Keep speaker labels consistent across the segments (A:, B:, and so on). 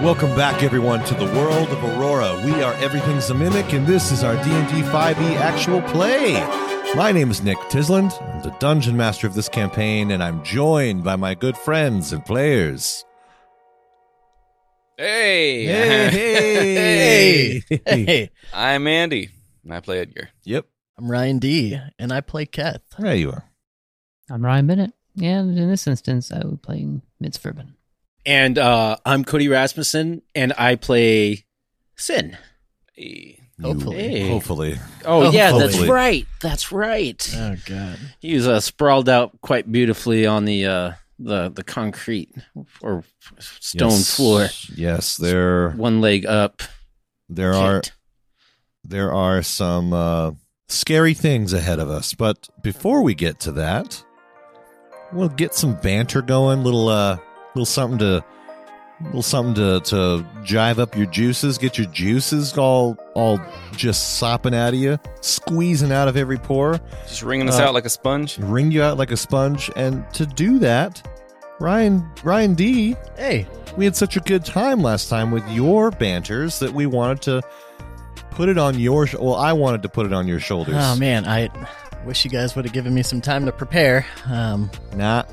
A: Welcome back, everyone, to the world of Aurora. We are Everything's a Mimic, and this is our D&D 5e actual play. My name is Nick Tisland. I'm the dungeon master of this campaign, and I'm joined by my good friends and players.
B: Hey.
A: Hey!
C: Hey,
B: I'm Andy, and I play Edgar.
A: Yep,
C: I'm Ryan D, and I play Keth.
A: there you are.
D: I'm Ryan Bennett, and in this instance, I was playing Mitz Furban.
E: And uh, I'm Cody Rasmussen, and I play Sin.
B: Hey.
C: Hopefully.
E: Hey.
A: Hopefully.
E: Oh, yeah, that's
A: Hopefully.
E: right. That's right.
C: Oh God,
E: He was uh, sprawled out quite beautifully on the uh, the the concrete or stone
A: Yes.
E: floor,
A: Yes, there,
E: one leg up.
A: there are
E: Shit.
A: there are some uh, scary things ahead of us. But before we get to that, we'll get some banter going, little uh, little something to, little something to to jive up your juices, get your juices all all just sopping out of you, squeezing out of every pore,
B: Just wringing us
A: Uh,
B: out like a sponge.
A: wring you out like a sponge. And to do that, Ryan Ryan D
C: hey,
A: we had such a good time last time with your banters that we wanted to put it on your sh- well i wanted to put it on your shoulders
C: oh man, I wish you guys would have given me some time to prepare. Um,
A: not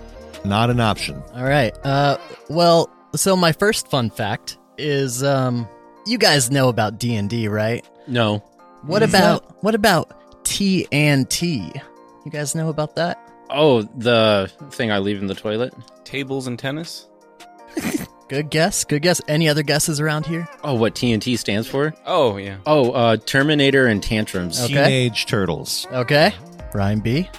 A: not an option
C: all right, uh, well, so my first fun fact is, um, you guys know about D and D, right?
E: No.
C: What
E: Mm-hmm.
C: about what about T and T? You guys know about that?
E: Oh, the thing I leave in the toilet.
B: Tables and tennis?
C: Good guess, good guess. Any other guesses around here?
E: Oh, what TNT stands for?
B: Oh, yeah.
E: Oh, uh, Terminator and tantrums.
A: Oh,
C: Okay.
A: teenage turtles
C: Okay, Ryan B.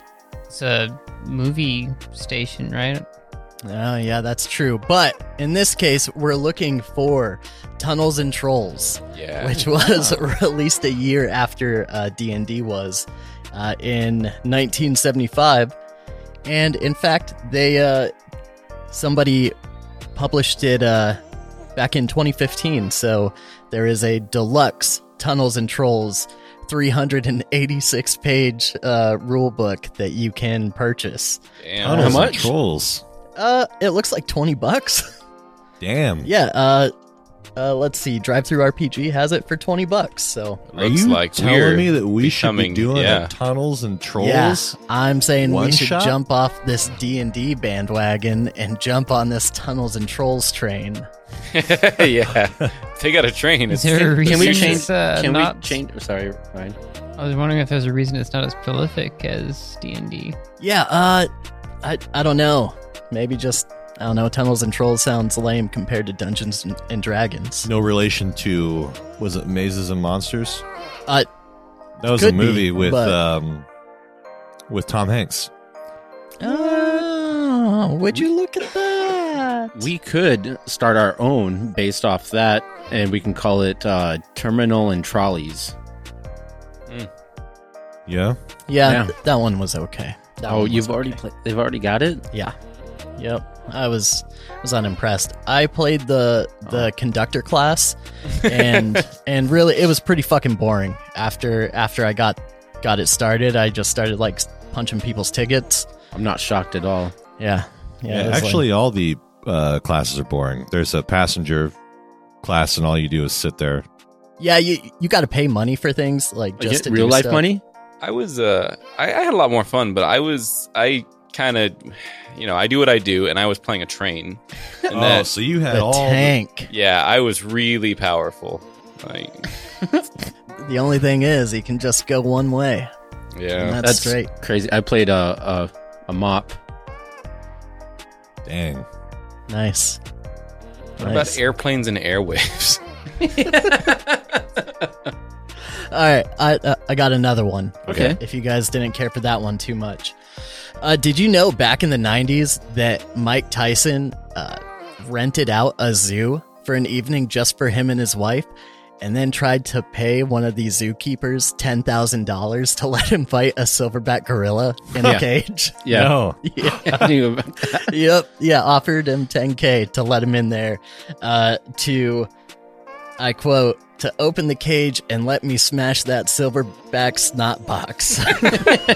D: It's a movie station, right?
C: Oh, yeah, that's true. But in this case, we're looking for Tunnels and Trolls,
B: Yeah.
C: which was released a year after uh, D&D was uh, in 1975. And in fact, they uh, somebody published it uh, back in 2015. So there is a deluxe Tunnels and Trolls 386 page uh, rule book that you can purchase.
B: Damn.
A: tunnels
E: How
A: and
E: much?
A: trolls
C: Uh, it looks like 20 bucks.
A: damn
C: Yeah, uh, uh, let's see. Drive Through RPG has it for twenty bucks. So
B: It
A: are
B: looks
A: you
B: like
A: telling
B: we're
A: me that we should be
B: becoming-
A: doing
B: yeah.
A: a tunnels and trolls
C: yeah, I'm saying
A: One
C: we should
A: shot?
C: jump off this D and D bandwagon and jump on this Tunnels and Trolls train.
B: yeah. They got a train.
D: Is
B: It's
D: there a
B: the
D: reason
E: we
B: future.
E: change-
D: it's uh,
E: Can
D: not?
E: we change? Sorry, Ryan.
D: I was wondering if there's a reason it's not as prolific as D and D.
C: Yeah, uh, I I don't know. Maybe just I don't know. Tunnels and Trolls sounds lame compared to Dungeons and, and Dragons.
A: no relation to was it mazes and monsters
C: Uh,
A: that was a
C: could be,
A: movie with
C: but-
A: um with tom hanks
C: oh, would you look at that?
E: We could start our own based off that, and we can call it uh, Terminal and Trolleys.
A: yeah
C: yeah,
E: Yeah.
C: th- that one was okay. That
E: Oh,
C: one
E: you've
C: was
E: already
C: okay.
E: played. They've already got it.
C: Yeah. Yep. I was was unimpressed. I played the the conductor class and and really it was pretty fucking boring. After after I got got it started, I just started like punching people's tickets.
E: I'm not shocked at all.
C: Yeah. Yeah. it
A: Yeah,
C: was like-
A: actually, all the uh, classes are boring. There's a passenger class, and all you do is sit there.
C: yeah, you you got to pay money for things like
E: Like,
C: just to do
E: real life
C: stuff.
E: money.
B: I was, uh, I, I had a lot more fun, but I was, I kind of, you know, I do what I do, and I was playing a train. And
A: oh,
B: that,
A: so you had
C: The
A: all the-
C: tank.
B: yeah, I was really powerful. Like,
C: The only thing is, you can just go one way. and
B: yeah.
C: that's, great.
E: Crazy. I played a a, a mop.
A: dang.
C: Nice.
B: What
C: Nice.
B: about airplanes and airwaves?
C: All right, I uh, I got another one.
E: Okay.
C: If you guys didn't care for that one too much, uh, did you know back in the '90s that Mike Tyson uh, rented out a zoo for an evening just for him and his wife, and then tried to pay one of the zookeepers ten thousand dollars to let him fight a silverback gorilla in a
E: Yeah.
C: cage?
E: Yeah.
A: No.
E: I knew about that.
C: yep. Yeah. Offered him 10K to let him in there uh, to, I quote, to open the cage and let me smash that silverback snot box.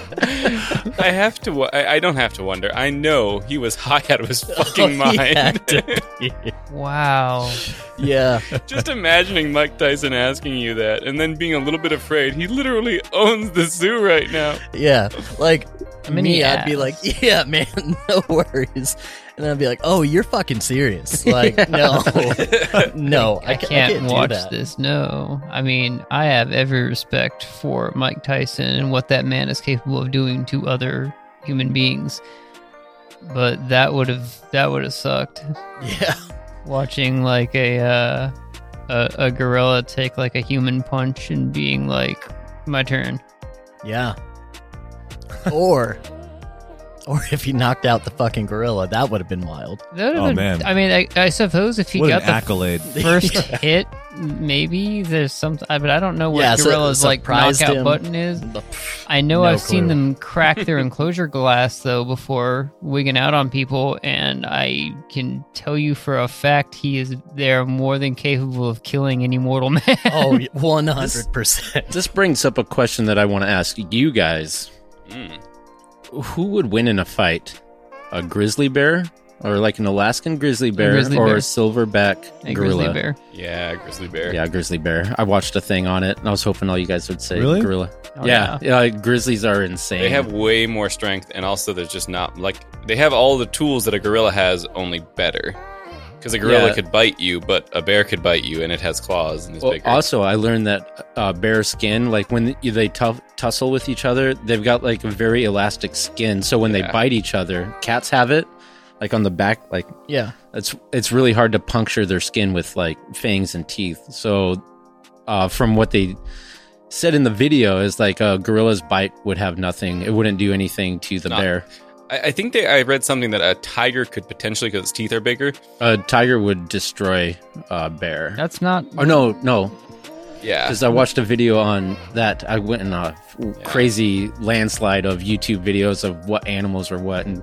B: I have to. wo- I, I don't have to wonder. I know he was high out of his
E: Oh,
B: fucking mind.
C: Yeah, dude.
D: Wow.
C: yeah.
B: Just imagining Mike Tyson asking you that, and then being a little bit afraid. He literally owns the zoo right now.
C: Yeah, like
D: I mean,
C: me,
D: he
C: I'd be
D: asked.
C: like, "Yeah, man, no worries," and I'd be like, "Oh, you're fucking serious? Like, no, no, I,
D: I
C: ca-
D: can't,
C: do
D: watch
C: that.
D: this. No. I mean, I have every respect for Mike Tyson and what that man is capable of doing to other human beings. But that would have that would have sucked.
C: Yeah,
D: Watching like a uh, a, a gorilla take like a human punch and being like, my turn.
C: yeah. or, or if he knocked out the fucking gorilla, that would have been wild.
D: That would've
A: Oh,
D: been-
A: man.
D: I mean, I, I suppose if he
A: what an
D: got the
A: accolade.
D: first hit, maybe there's something, but I don't know what
C: Yeah, so-
D: Gorilla's like
C: surprised
D: knockout
C: him.
D: button is. I know
C: No
D: I've seen
C: clue.
D: them crack their enclosure glass though before wigging out on people, and I can tell you for a fact he is there more than capable of killing any mortal man.
C: Oh, one hundred percent.
E: This brings up a question that I want to ask you guys.
B: Mm.
E: Hmm. Who would win in a fight? A grizzly bear? Or like an Alaskan grizzly bear
D: grizzly
E: or
D: bear.
E: a silverback
D: A
E: gorilla?
D: grizzly bear.
B: Yeah, grizzly bear.
E: Yeah, grizzly bear. I watched a thing on it and I was hoping all you guys would say
A: Really?
E: gorilla.
D: Oh,
E: yeah, yeah. grizzlies are insane.
B: They have way more strength, and also there's just not like they have all the tools that a gorilla has, only better. Because a gorilla
E: Yeah.
B: could bite you, but a bear could bite you, and it has claws and is
E: Well,
B: bigger.
E: also, I learned that uh, bear skin, like when they tuff tussle with each other, they've got like a very elastic skin. So when
B: Yeah.
E: they bite each other, cats have it, like on the back, like
C: Yeah,
E: it's it's really hard to puncture their skin with like fangs and teeth. So, uh, from what they said in the video, is like a gorilla's bite would have nothing; it wouldn't do anything to the
B: Not-
E: bear.
B: I, I think they, I read something that a tiger could potentially, because its teeth are bigger.
E: A Uh, tiger would destroy a bear.
D: That's not.
E: oh no, no,
B: Yeah,
E: because I watched a video on that. I went in a f-
B: Yeah.
E: crazy landslide of YouTube videos of what animals are what, and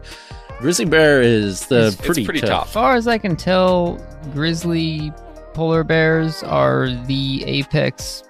E: grizzly bear is the
B: It's- it's
E: pretty,
B: pretty
E: tough.
B: tough.
D: As far as I can tell, grizzly polar bears are the apex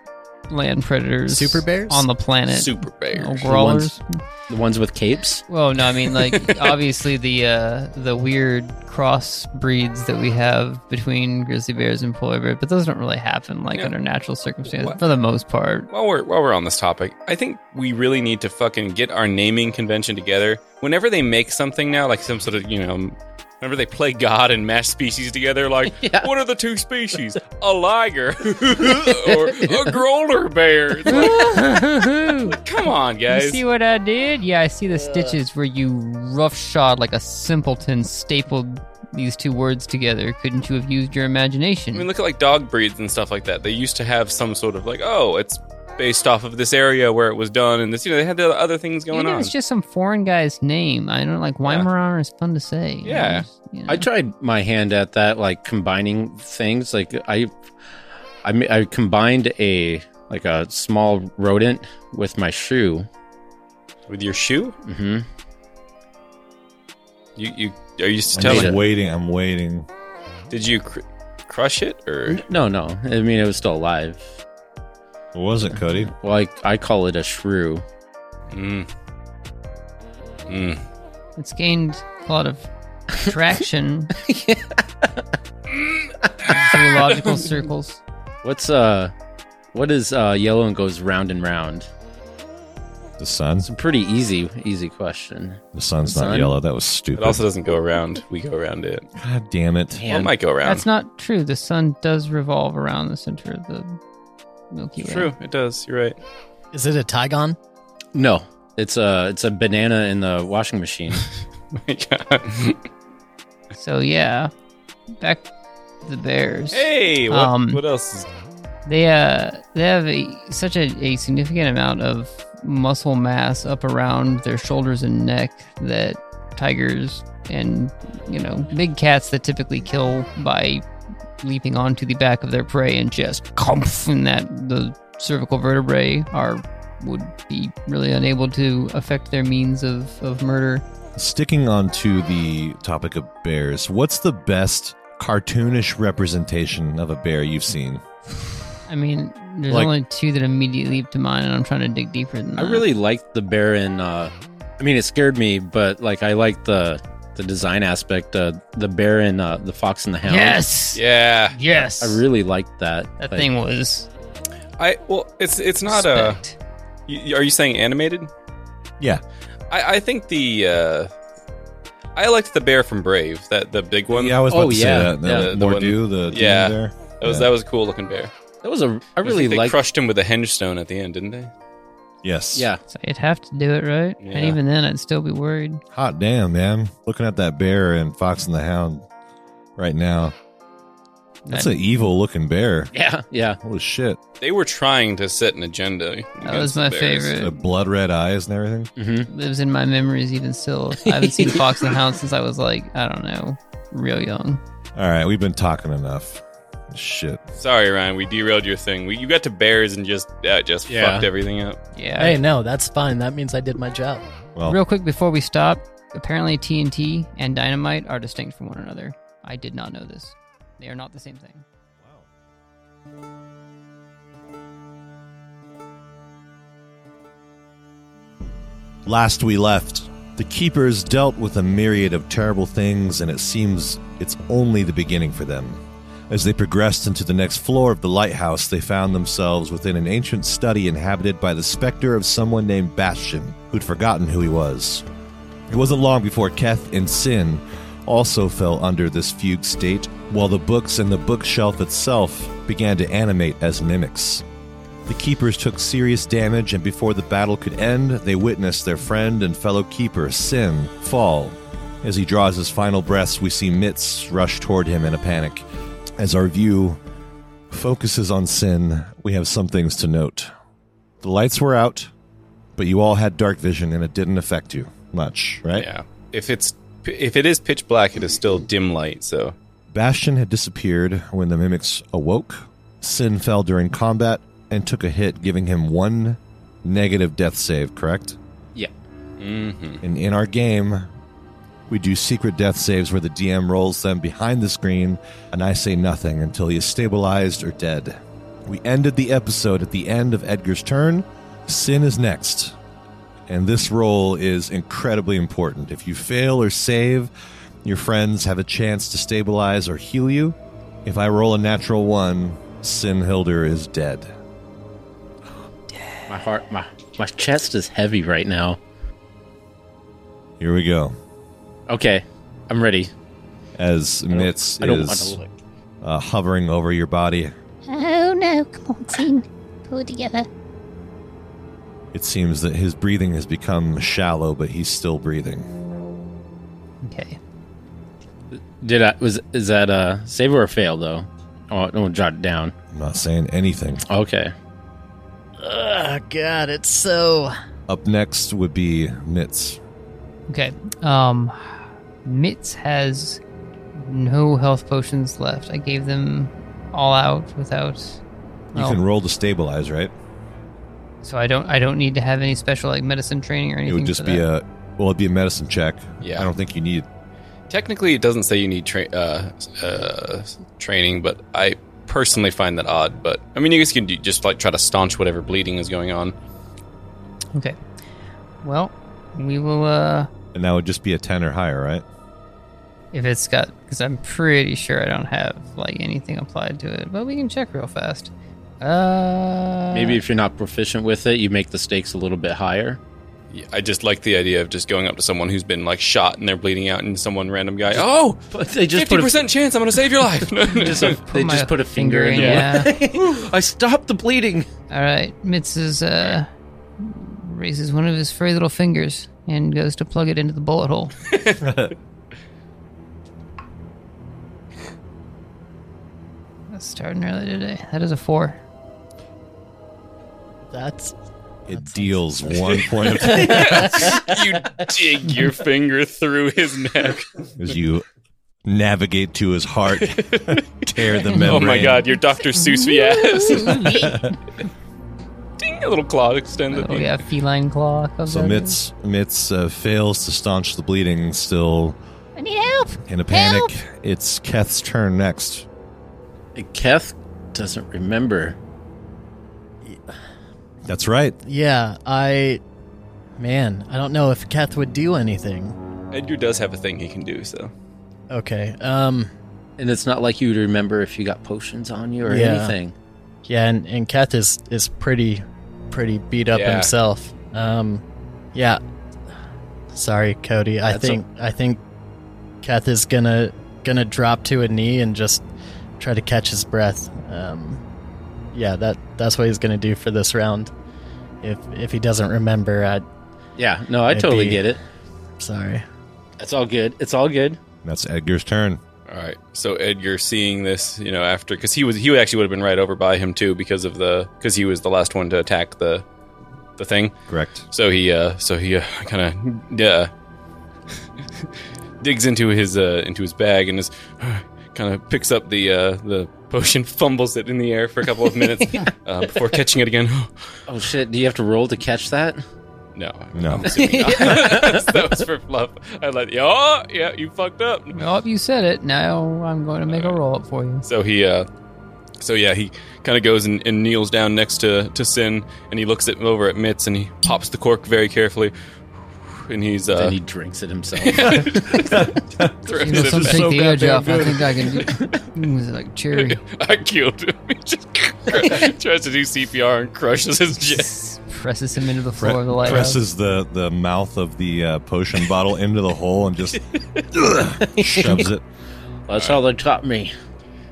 D: land predators
C: Super bears?
D: on the planet.
B: super
D: You
B: bear.
D: know, Growlers.
E: The ones with capes.
D: Well, no, I mean like obviously the uh, the weird cross breeds that we have between grizzly bears and polar bears, but those don't really happen like
B: Yeah.
D: under natural circumstances
B: What?
D: for the most part.
B: While we're while we're on this topic, I think we really need to fucking get our naming convention together. Whenever they make something now, like some sort of you know, whenever they play God and mash species together, like what are the two species? A liger or a growler bear? It's like,
D: you
B: come on, guys.
D: see what I did? Yeah, I see the
C: Yeah.
D: stitches where you roughshod like a simpleton stapled these two words together. Couldn't you have used your imagination?
B: I mean, look at like dog breeds and stuff like that. They used to have some sort of like, oh, it's based off of this area where it was done, and this you know they had the other things going
D: Even if
B: on.
D: it's just some foreign guy's name. I don't like Weimaraner is fun to say. you know,
B: Yeah.
D: just, you know.
E: I tried my hand at that, like combining things. Like I, I, ma- I combined a like a small rodent with my shoe.
B: With your shoe,
E: hmm
B: you you are you
A: I'm
B: telling?
A: just waiting. I'm waiting.
B: Did you cr- crush it or?
E: No, no. I mean, it was still alive.
A: It wasn't Cody.
E: Well, I, I call it a shrew.
B: Mm. Mm.
D: It's gained a lot of traction in zoological circles.
E: What's uh, what is uh, yellow and goes round and round?
A: The sun.
E: It's a pretty easy, easy question.
A: The sun's
E: The
A: not
E: sun?
A: yellow. That was
B: It
A: stupid.
B: also does not go around. We go around it.
A: God damn it.
B: Well, it might go around.
D: That's not true. The sun does revolve around the center of the Milky Way.
B: true. It does. You're right.
C: is it a tigon?
E: No, it's a it's a banana in the washing machine.
B: My God.
D: So yeah, back to the bears.
B: hey, what,
D: Um,
B: what else? Is,
D: They uh they have a, such a, a significant amount of muscle mass up around their shoulders and neck that tigers and you know big cats that typically kill by leaping onto the back of their prey and just comf and that the cervical vertebrae are would be really unable to affect their means of, of murder.
A: Sticking on to the topic of bears, what's the best cartoonish representation of a bear you've seen?
D: I mean, there's
A: Like-
D: only two that immediately leap to mind, and I'm trying to dig deeper than
E: I
D: that.
E: really liked the bear in. Uh, I mean, it scared me, but like I liked the the design aspect. Uh, the bear in uh, the Fox and the Hound.
D: yes,
B: Yeah,
D: yes.
E: I really liked that.
D: that
E: Like,
D: thing was
B: I well, it's it's not uh, a.
D: spect.
B: Y- Are you saying animated?
A: Yeah.
B: I, I think the uh, I liked the bear from Brave, that the big one.
A: yeah, I was about
E: Oh,
A: to say
E: yeah,
A: that.
E: yeah.
A: The,
B: The
A: Mordu, the demon
B: yeah.
A: there.
B: that was that was a cool looking bear.
E: That was a.
B: I
E: I really
B: think they
E: liked.
B: crushed him with a hinge stone at the end, didn't they?
A: Yes.
E: Yeah,
D: So you'd have to do it right,
B: Yeah.
D: and even then, I'd still be worried.
A: Hot damn, man! Looking at that bear and Fox and the Hound right now. That's
D: That-
A: an evil looking bear.
E: yeah, yeah.
A: Holy shit!
B: They were trying to set an agenda.
D: That
B: against
D: was
B: the
D: my
B: bears.
D: favorite.
A: The blood red eyes and everything.
E: hmm
D: lives in my memories even still. I haven't seen Fox and the Hound since I was like, I don't know, real young.
A: All right, we've been talking enough. Shit.
B: Sorry, Ryan, we derailed your thing. We, you got to bears and just that just
E: Yeah.
B: fucked everything up.
D: Yeah.
C: Hey, no, that's fine. That means I did my job.
A: Well,
D: Real quick before we stop, apparently TNT and dynamite are distinct from one another. I did not know this. They are not the same thing.
A: Last we left, the Keepers dealt with a myriad of terrible things, and it seems it's only the beginning for them. As they progressed into the next floor of the lighthouse, they found themselves within an ancient study inhabited by the specter of someone named Bastion, who'd forgotten who he was. It wasn't long before Keth and Sin also fell under this fugue state, while the books and the bookshelf itself began to animate as mimics. The keepers took serious damage, and before the battle could end, they witnessed their friend and fellow keeper, Sin, fall. As he draws his final breaths, we see Mitz rush toward him in a panic. As our view focuses on Sin, we have some things to note. The lights were out, but you all had dark vision, and it didn't affect you much, right?
B: Yeah. If it's if it is pitch black, it is still dim light. So
A: Bastion had disappeared when the mimics awoke. Sin fell during combat and took a hit, giving him one negative death save, correct?
E: Yeah.
B: hmm
A: And in our game, we do secret death saves where the DM rolls them behind the screen, and I say nothing until he is stabilized or dead. We ended the episode at the end of Edgar's turn. Sin is next. And this roll is incredibly important. If you fail or save, your friends have a chance to stabilize or heal you. If I roll a natural one, Sin Hilder is dead.
E: My heart, my my chest is heavy right now.
A: Here we go.
E: Okay, I'm ready.
A: As
E: I don't-
A: Mitz
E: I don't want
A: is
E: to look.
A: uh, hovering over your body,
F: Oh no, come on, team. Pull together.
A: It seems that his breathing has become shallow, but he's still breathing.
D: Okay.
E: Did I was is that a save or a fail though? Oh, don't jot it down.
A: I'm not saying anything.
E: Okay.
C: Oh God, it's so.
A: Up next would be Mitz.
D: Okay. Um Mitz has no health potions left. I gave them all out without
A: You
D: Oh.
A: can roll to stabilize, right?
D: so I don't I don't need to have any special like medicine training or anything.
A: it would just
D: for
A: be
D: that.
A: a well, it'd be a medicine check.
B: Yeah.
A: I don't think you need.
B: Technically, it doesn't say you need tra- uh, uh, training, but I personally find that odd. But I mean, you guys can do, just like try to staunch whatever bleeding is going on.
D: Okay. Well, we will uh
A: And that would just be a ten or higher, right?
D: if it's got because i'm pretty sure i don't have like anything applied to it but we can check real fast uh
E: Maybe if you're not proficient with it, you make the stakes a little bit higher.
B: Yeah, I just like the idea of just going up to someone who's been like shot and they're bleeding out, and someone random guy. Oh,
E: But they just
B: fifty
E: put a,
B: percent chance I'm going to save your life.
E: just a- they
D: my
E: just put a finger, in.
D: finger
E: the wound. I stopped the bleeding.
D: all right mitz is uh raises one of his furry little fingers and goes to plug it into the bullet hole that's starting early today that is a four
C: That's
A: It
C: That
A: deals one point of,
B: you dig your finger through his neck.
A: as you navigate to his heart, tear the membrane.
B: Oh my god, you're Dr. Seuss ass. Ding, a little claw extended.
D: oh yeah feline claw comes
A: So
D: out of it.
A: Mitz Mitz uh, fails to staunch the bleeding, still
F: I need help.
A: in a panic. It's Keth's turn next.
E: Keth doesn't remember.
A: That's right.
C: Yeah, I. Man, I don't know if Keth would do anything.
B: Edgar does have a thing he can do, so
C: Okay, um.
E: And it's not like you remember if you got potions on you or
C: Yeah.
E: anything.
C: Yeah, and, and Keth is, is pretty, pretty beat up
B: Yeah.
C: himself. Um, yeah. Sorry, Cody. I
E: That's
C: think I think Keth is gonna gonna drop to a knee and just try to catch his breath. Um, yeah, that that's what he's gonna do for this round. If if he doesn't remember, I
E: Yeah, no, I
C: It'd
E: totally
C: be-
E: get it.
C: sorry.
E: It's all good. It's all good.
A: That's Edgar's turn.
B: all right. So Edgar, seeing this, you know, after because he was he actually would have been right over by him too because of the because he was the last one to attack the the thing.
A: Correct.
B: So he uh so he uh, kind of uh, digs into his uh into his bag and is kind of picks up the uh the potion, fumbles it in the air for a couple of minutes uh, before catching it again.
E: Oh shit! Do you have to roll to catch that?
B: no,
A: No.
B: I'm assuming not. that was for fluff. I like, oh yeah, you fucked up.
D: Well, if you said it, now I'm going to make a roll up for you.
B: So he, uh, so yeah, he kind of goes and, and kneels down next to to Sin, and he looks at over at Mitz, and he pops the cork very carefully, and he's uh,
E: then he drinks it himself.
D: You
B: throws
D: know,
B: it
D: some
B: back.
D: take
A: so
D: the edge
A: goddamn
D: off. I
A: good.
D: think I can do. Mm, is it like cherry.
B: I killed him. He just tries to do CPR and crushes his jet.
D: Presses him into the floor of the lighthouse.
A: presses the, the mouth of the uh, potion bottle into the hole and just shoves it.
E: That's all they taught me.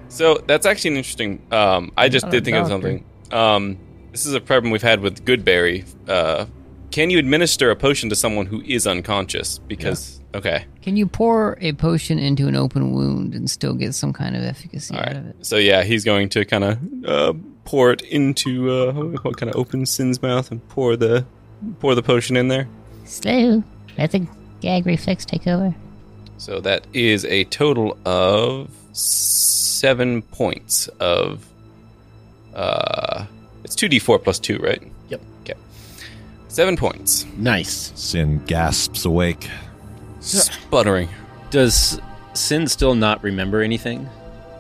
B: So that's actually an interesting. Um, I just
D: Not a
B: did think of
D: doctor.
B: something. Um, this is a problem we've had with Goodberry. Uh, can you administer a potion to someone who is unconscious? Because okay,
D: Can you pour a potion into an open wound and still get some kind of efficacy
B: all
D: out
B: right.
D: of it?
B: So yeah, he's going to kind of uh, pour it into uh, what kind of open Sin's mouth and pour the pour the potion in there.
F: Slow. Let the gag reflex take over.
B: So that is a total of seven points of. Uh, it's two d four plus two, right?
C: Yep.
B: Okay. Seven points.
E: Nice.
A: Sin gasps awake.
B: Sputtering.
E: Does Sin still not remember anything?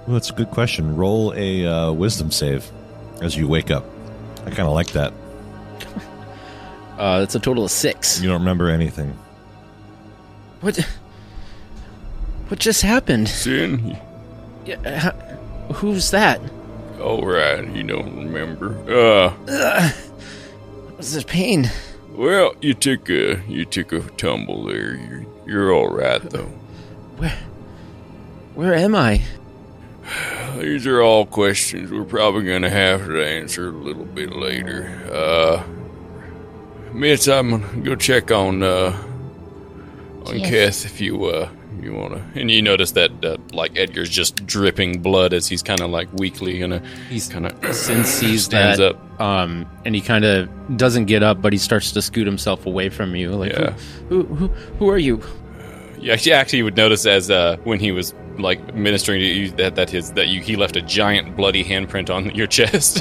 A: Well, that's a good question. Roll a uh, wisdom save as you wake up. I kind of like that.
E: Uh, it's a total of six.
A: You don't remember anything.
E: What? What just happened?
B: Sin.
E: Yeah, uh, who's that?
B: All right, you don't remember. Uh,
E: What's this pain?
B: well, you took a you took a tumble there. You're, you're all right though.
E: Where? Where am I?
B: These are all questions we're probably going to have to answer a little bit later. Uh, Mitch, I'm going to go check on uh, on
F: Yes.
B: Keth if you uh, you want to. And you notice that uh, like Edgar's just dripping blood as he's kind of like weakly gonna
E: He's
B: kind of
E: Sin sees
B: stands
E: that,
B: up.
E: um, and he kind of doesn't get up, but he starts to scoot himself away from you. Like,
B: Yeah.
E: who, who, who, who are you?
B: You actually, actually, you would notice as uh, when he was like ministering to you that that his that you he left a giant bloody handprint on your chest.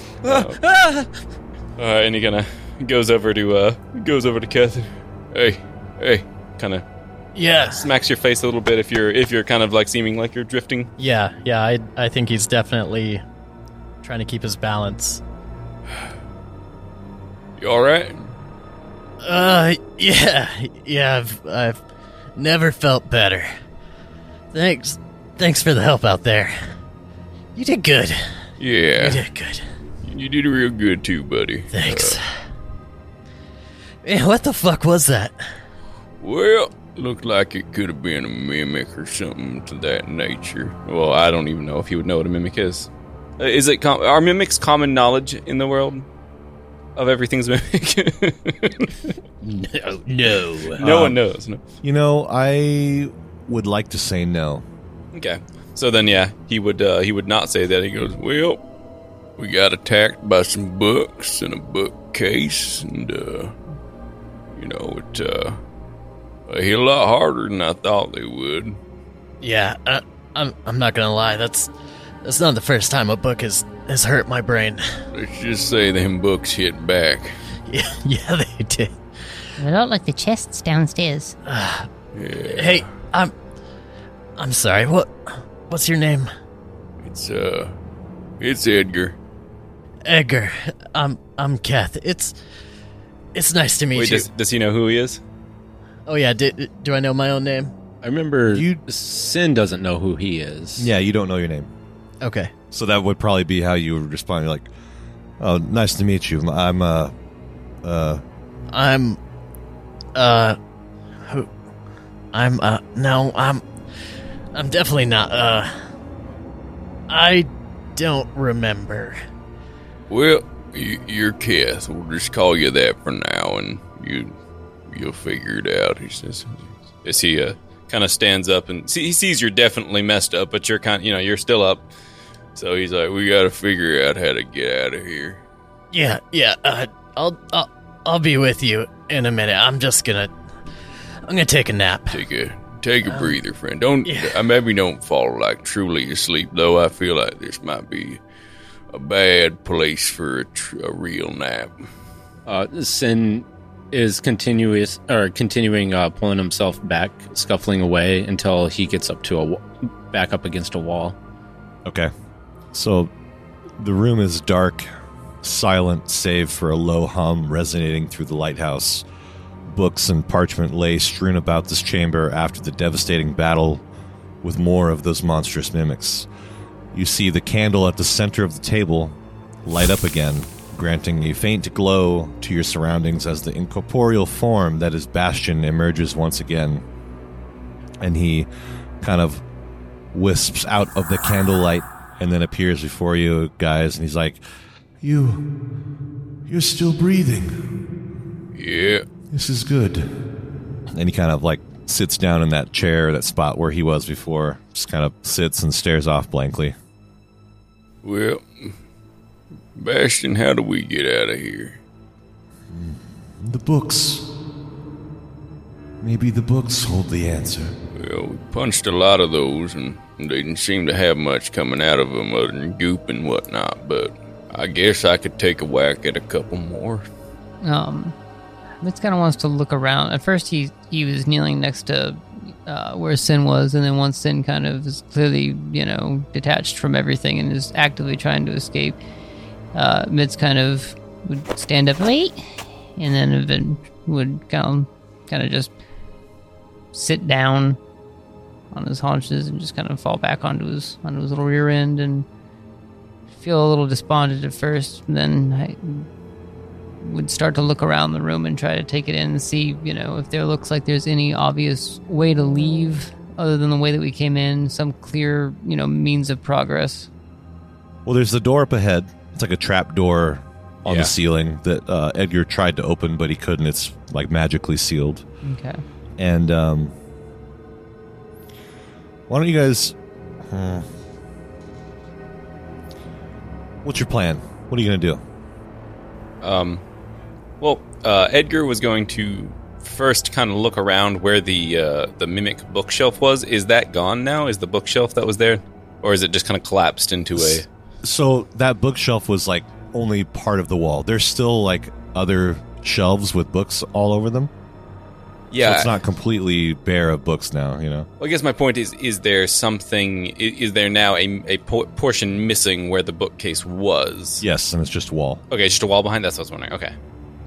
E: Ah!
B: Uh, and he kind of goes over to uh, goes over to Keth. Hey, hey, kind of
C: Yes.
B: smacks your face a little bit if you're if you're kind of like seeming like you're drifting.
C: Yeah, yeah, I I think he's definitely trying to keep his balance.
B: You all right?
C: Uh, yeah, yeah, I've, I've never felt better. Thanks, thanks for the help out there. You did good. You
B: Yeah,
C: did good.
B: you did real good too, buddy.
C: Thanks. Man, what the fuck was that?
B: Well, looked like it could have been a mimic or something to that nature. Well, I don't even know if he would know what a mimic is. Uh, is it com- are mimics common knowledge in the world of everything's mimic?
E: no, no.
B: no
A: Um,
B: one knows. No.
A: You know, I would like to say no.
B: Okay. So then, yeah, he would uh, he would not say that. He goes, "Well, we got attacked by some books and a bookcase, and uh, you know, it uh, they hit a lot harder than I thought they would."
C: Yeah, uh, I'm I'm not gonna lie. That's that's not the first time a book has has hurt my brain.
B: Let's just say them books hit back.
C: Yeah, yeah, they did.
F: A lot like the chests downstairs.
B: Yeah,
C: Hey, I'm I'm sorry. What what's your name?
B: it's uh, it's Edgar.
C: Edgar, I'm I'm Kath. It's it's nice to meet
B: Wait,
C: you.
B: does, does he know who he is?
C: Oh yeah, do, do I know my own name?
E: I remember
A: You-
E: Sin doesn't know who he is.
A: Yeah, you don't know your name.
C: Okay.
A: So that would probably be how you would respond. You're like, "Oh, nice to meet you. I'm uh, uh,
C: I'm uh who I'm uh no, I'm I'm definitely not uh I don't remember.
B: Well, y- you're Kith. We'll just call you that for now, and you you'll figure it out. He says, as he uh, kind of stands up and see, he sees you're definitely messed up, but you're kind, you know, you're still up. So he's like, "We got to figure out how to get out of here."
C: Yeah, yeah, uh I'll I'll I'll be with you in a minute. I'm just gonna I'm gonna take a nap.
B: Take a take a
C: Um,
B: breather, friend. Don't
C: yeah.
B: I maybe don't fall like truly asleep though. I feel like this might be a bad place for a, tr- a real nap.
E: Uh, Sin is continuous or continuing uh, pulling himself back, scuffling away until he gets up to a wa- back up against a wall.
A: okay." So the room is dark, silent, save for a low hum resonating through the lighthouse. Books and parchment lay strewn about this chamber after the devastating battle with more of those monstrous mimics. You see the candle at the center of the table light up again, granting a faint glow to your surroundings as the incorporeal form that is Bastion emerges once again. And he kind of wisps out of the candlelight and then appears before you guys, and he's like, You. You're still breathing.
B: Yeah.
A: This is good. And he kind of like sits down in that chair, that spot where he was before, just kind of sits and stares off blankly.
B: Well, Bastion, how do we get out of here?
A: The books. Maybe the books hold the answer.
B: Well, we punched a lot of those, and they didn't seem to have much coming out of them other than goop and whatnot, but I guess I could take a whack at a couple more.
D: Um, Mitz kind of wants to look around. At first, he he was kneeling next to uh, where Sin was, and then once Sin kind of is clearly you know detached from everything and is actively trying to escape, uh, Mitz kind of would stand up, wait, and then even would kind of, kind of just sit down on his haunches and just kind of fall back onto his onto his little rear end and feel a little despondent at first. And then I, would start to look around the room and try to take it in and see, you know, if there looks like there's any obvious way to leave other than the way that we came in, some clear, you know, means of progress.
A: Well, there's the door up ahead. It's like a trap door on
B: Yeah.
A: the ceiling that uh, Edgar tried to open, but he couldn't. It's like magically sealed.
D: Okay.
A: And um, why don't you guys? Hmm. what's your plan? What are you gonna do?
B: Um, well, uh, Edgar was going to first kind of look around where the uh, the mimic bookshelf was. Is that gone now? Is the bookshelf that was there, or is it just kind of collapsed into a?
A: So that bookshelf was like only part of the wall. There's still like other shelves with books all over them. so
B: Yeah,
A: it's not completely bare of books now. You know.
B: Well, I guess my point is: is there something? i- Is there now a, a po- portion missing where the bookcase was?
A: Yes, and it's just wall.
B: Okay, it's just a wall behind. That's what I was wondering. Okay.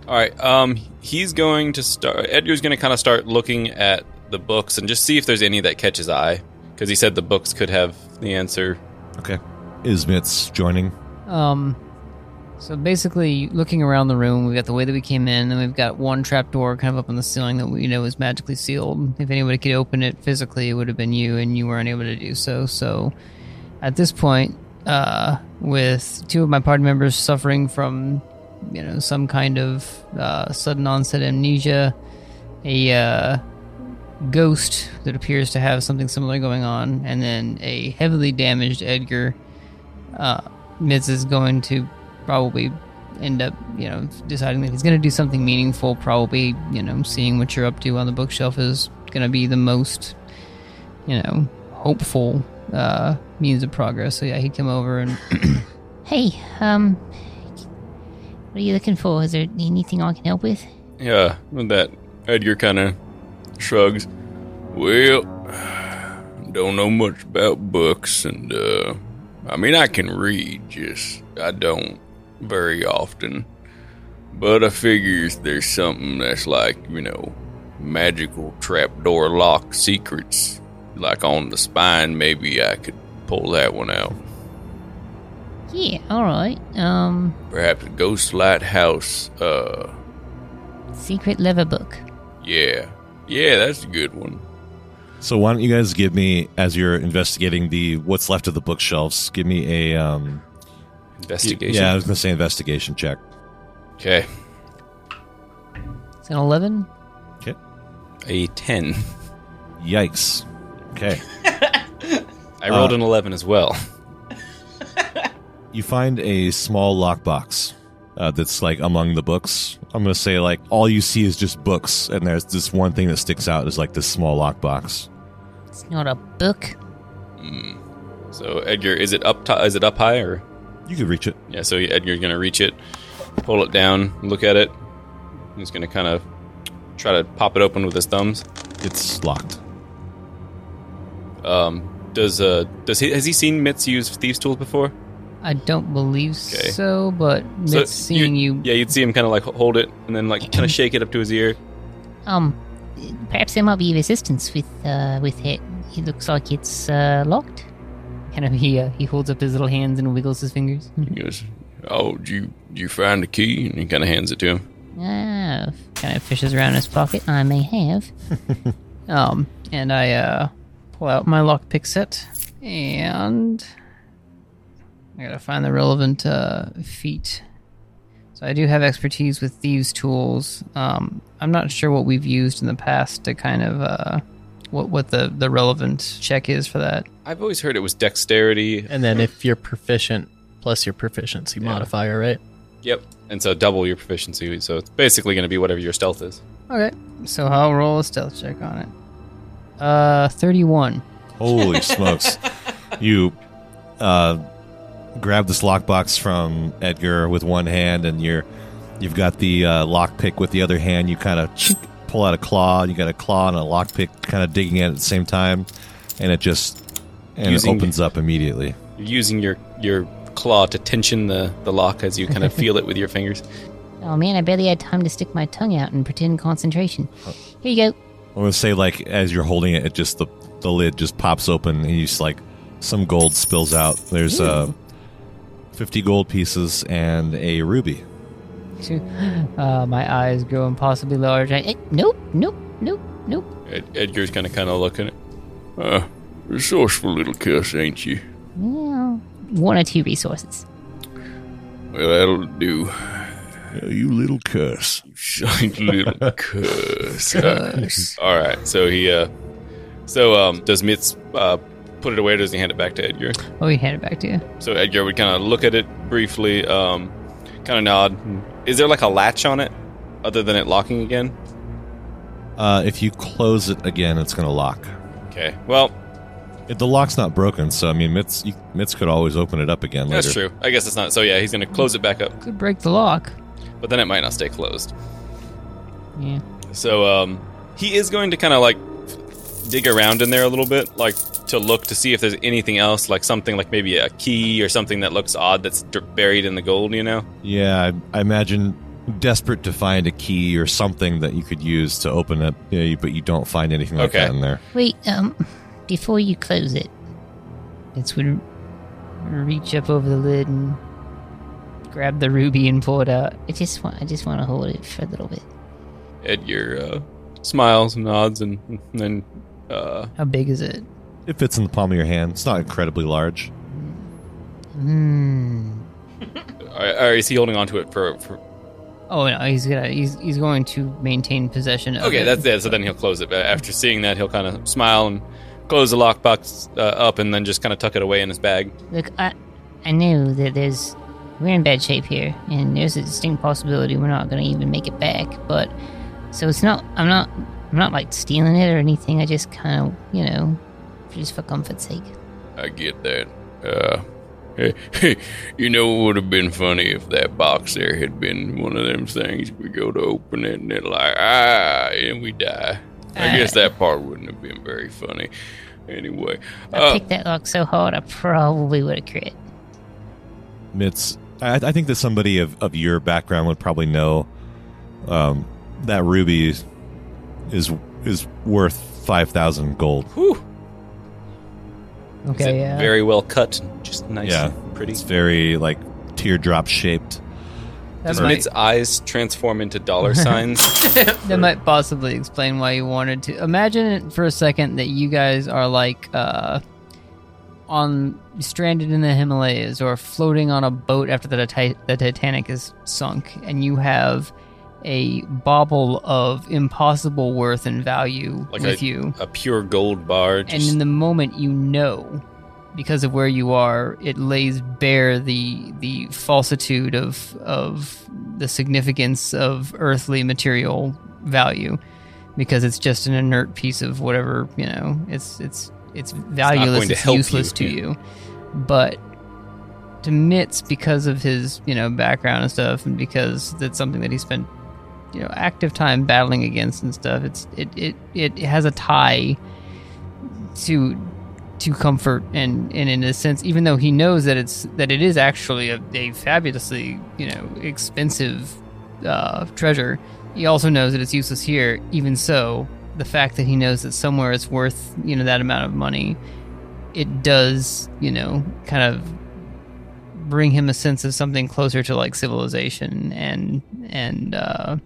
B: All right. Um, he's going to start. Edgar's going to kind of start looking at the books and just see if there's any that catches eye, because he said the books could have the answer.
A: Okay. Is Mitz joining?
D: Um, so basically, looking around the room, we've got the way that we came in, then we've got one trapdoor kind of up on the ceiling that we know is magically sealed. If anybody could open it physically, it would have been you, and you weren't able to do so. So at this point, uh, with two of my party members suffering from, you know, some kind of uh, sudden onset amnesia, a uh, ghost that appears to have something similar going on, and then a heavily damaged Edgar uh, Miz is going to probably end up, you know, deciding that he's going to do something meaningful. Probably, you know, seeing what you're up to on the bookshelf is going to be the most, you know, hopeful uh, means of progress. So yeah, he came over and
F: Hey, um, what are you looking for? Is there anything I can help with?
B: Yeah, with that, Edgar kind of shrugs. Well, don't know much about books, and uh, I mean, I can read, just I don't very often, but I figures there's something that's like, you know, magical trapdoor lock secrets, like on the spine. Maybe I could pull that one out.
F: Yeah, all right. Um,
B: Perhaps a ghost lighthouse. Uh,
F: secret lever book.
B: yeah, yeah, that's a good one.
A: So why don't you guys give me, as you're investigating the what's left of the bookshelves, give me a um,
B: Investigation.
A: yeah, I was gonna say investigation check.
B: Okay.
D: It's an 11?
B: A ten.
A: Yikes. Okay.
B: I rolled
A: Uh,
B: an eleven as well.
A: You find a small lockbox uh, that's like among the books. I'm gonna say like all you see is just books, and there's this one thing that sticks out is like this small lockbox.
F: It's not a book.
B: So Edgar, is it up? To- is it up high or?
A: You could reach it.
B: Yeah, so Edgar's gonna reach it, pull it down, look at it. He's gonna kind of try to pop it open with his thumbs.
A: It's locked.
B: Um, does uh does he has he seen Mitz use thieves tools before?
D: I don't believe
B: Okay.
D: so, but
B: So
D: it's seeing you,
B: Yeah, you'd see him kind of like hold it and then like kind of shake it up to his ear.
F: Um, perhaps there might be resistance with uh, with it. It looks like it's uh, locked.
D: kind of he uh, he holds up his little hands and wiggles his fingers.
B: He goes, "Oh, do you do you find the key?" And he kind of hands it to him.
F: Ah,
D: kind of fishes around his pocket.
F: I may have.
D: Um, and I uh, pull out my lockpick set, and I gotta find the relevant uh, feat. So I do have expertise with thieves' tools. Um, I'm not sure what we've used in the past to kind of uh, what what the the relevant check is for that.
B: I've always heard it was dexterity.
C: And then if you're proficient, plus your proficiency modifier, right?
B: Yep, and so double your proficiency. So it's basically gonna be whatever your stealth is.
D: Okay, so I'll roll a stealth check on it. Uh, 31.
A: Holy smokes! You uh, grab this lockbox from Edgar with one hand, and you're you've got the uh, lockpick with the other hand. You kind of pull out a claw. You got a claw and a lockpick, kind of digging at it at the same time, and it just and
B: Using-
A: it opens up immediately.
B: You're using your your claw to tension the the lock as you kind of feel it with your fingers.
F: Oh man, I barely had time to stick my tongue out and pretend concentration. Here you go.
A: I'm gonna say like as you're holding it, it just the the lid just pops open, and you just like some gold spills out. There's
B: Hmm.
A: uh, fifty gold pieces and a ruby.
D: Two. Uh, my eyes grow impossibly large. I,
F: Eh, nope, nope, nope, nope.
B: Ed- Edgar's gonna kind of looking at it. Uh, resourceful little cuss, ain't you?
F: Well, one or two resources.
B: Well, that'll do.
A: You little curse.
B: Shite little cuss. All right. So he, uh, so um, does Mitz uh, put it away? or Does he hand it back to Edgar?
D: oh, he handed it back to you.
B: So Edgar would kind of look at it briefly, um, kind of nod. Is there like a latch on it, other than it locking again?
A: Uh, if you close it again, it's gonna lock.
B: Okay. Well,
A: It, the lock's not broken, so I mean, Mitz, you, Mitz could always open it up again later.
B: that's true. I guess it's not. So yeah, he's gonna close it back up,
D: Could break the lock.
B: but then it might not stay closed.
D: Yeah.
B: So um, he is going to kind of like dig around in there a little bit, like to look to see if there's anything else, like something like maybe a key or something that looks odd that's d- buried in the gold. You know?
A: Yeah, I, I imagine desperate to find a key or something that you could use to open it, yeah, you- but you don't find anything like
B: Okay.
A: that in there.
F: Wait, um, before you close it,
D: It's would reach up over the lid and grab the ruby and pull it out.
F: I just want I just want to hold it for a little bit.
B: Edgar uh, smiles and nods, and and then uh,
D: How big is it?
A: It fits in the palm of your hand. It's not incredibly large.
D: Hmm.
B: or, or is he holding on to it for? for
D: Oh no, he's gonna he's he's going to maintain possession of
B: okay,
D: it.
B: that's it. So then he'll close it. But after seeing that, he'll kind of smile and close the lockbox uh, up, and then just kind of tuck it away in his bag.
F: Look, I I know that there's we're in bad shape here, and there's a distinct possibility we're not going to even make it back. But so it's not I'm not I'm not like stealing it or anything. I just kind of you know just for comfort's sake.
B: I get that. Uh, you know, it would have been funny if that box there had been one of them things we go to open it and it like ah, and we die. I guess that part wouldn't have been very funny. Anyway,
F: I
B: uh,
F: picked that lock so hard, I probably would have crit.
A: Mitz I, I think that somebody of, of your background would probably know um, that ruby is is, is worth five thousand gold.
B: Whew. Is
F: Okay,
B: it
F: yeah.
B: Very well cut, and just nice
A: Yeah.
B: and pretty.
A: It's very like teardrop shaped.
D: That
B: Doesn't
D: might,
B: its eyes transform into dollar signs?
D: that might possibly explain why you wanted to. Imagine it for a second that you guys are like uh, on stranded in the Himalayas or floating on a boat after the, Tita- the Titanic is sunk, and you have a bauble of impossible worth and value
B: Like
D: with
B: a-
D: you.
B: a pure gold bar.
D: And
B: Just,
D: in the moment, you know, because of where you are, it lays bare the the falsitude of of the significance of earthly material value, because it's just an inert piece of whatever you know. It's it's it's valueless.
B: going to
D: It's,
B: help you,
D: useless to
B: yeah.
D: you, but. To Mitz, because of his you know background and stuff, and because that's something that he spent you know active time battling against and stuff, it's it it, it has a tie to to comfort and, and in a sense even though he knows that it's that it is actually a, a fabulously you know expensive uh, treasure he also knows that it's useless here even so the fact that he knows that somewhere it's worth you know that amount of money it does you know kind of bring him a sense of something closer to like civilization and and uh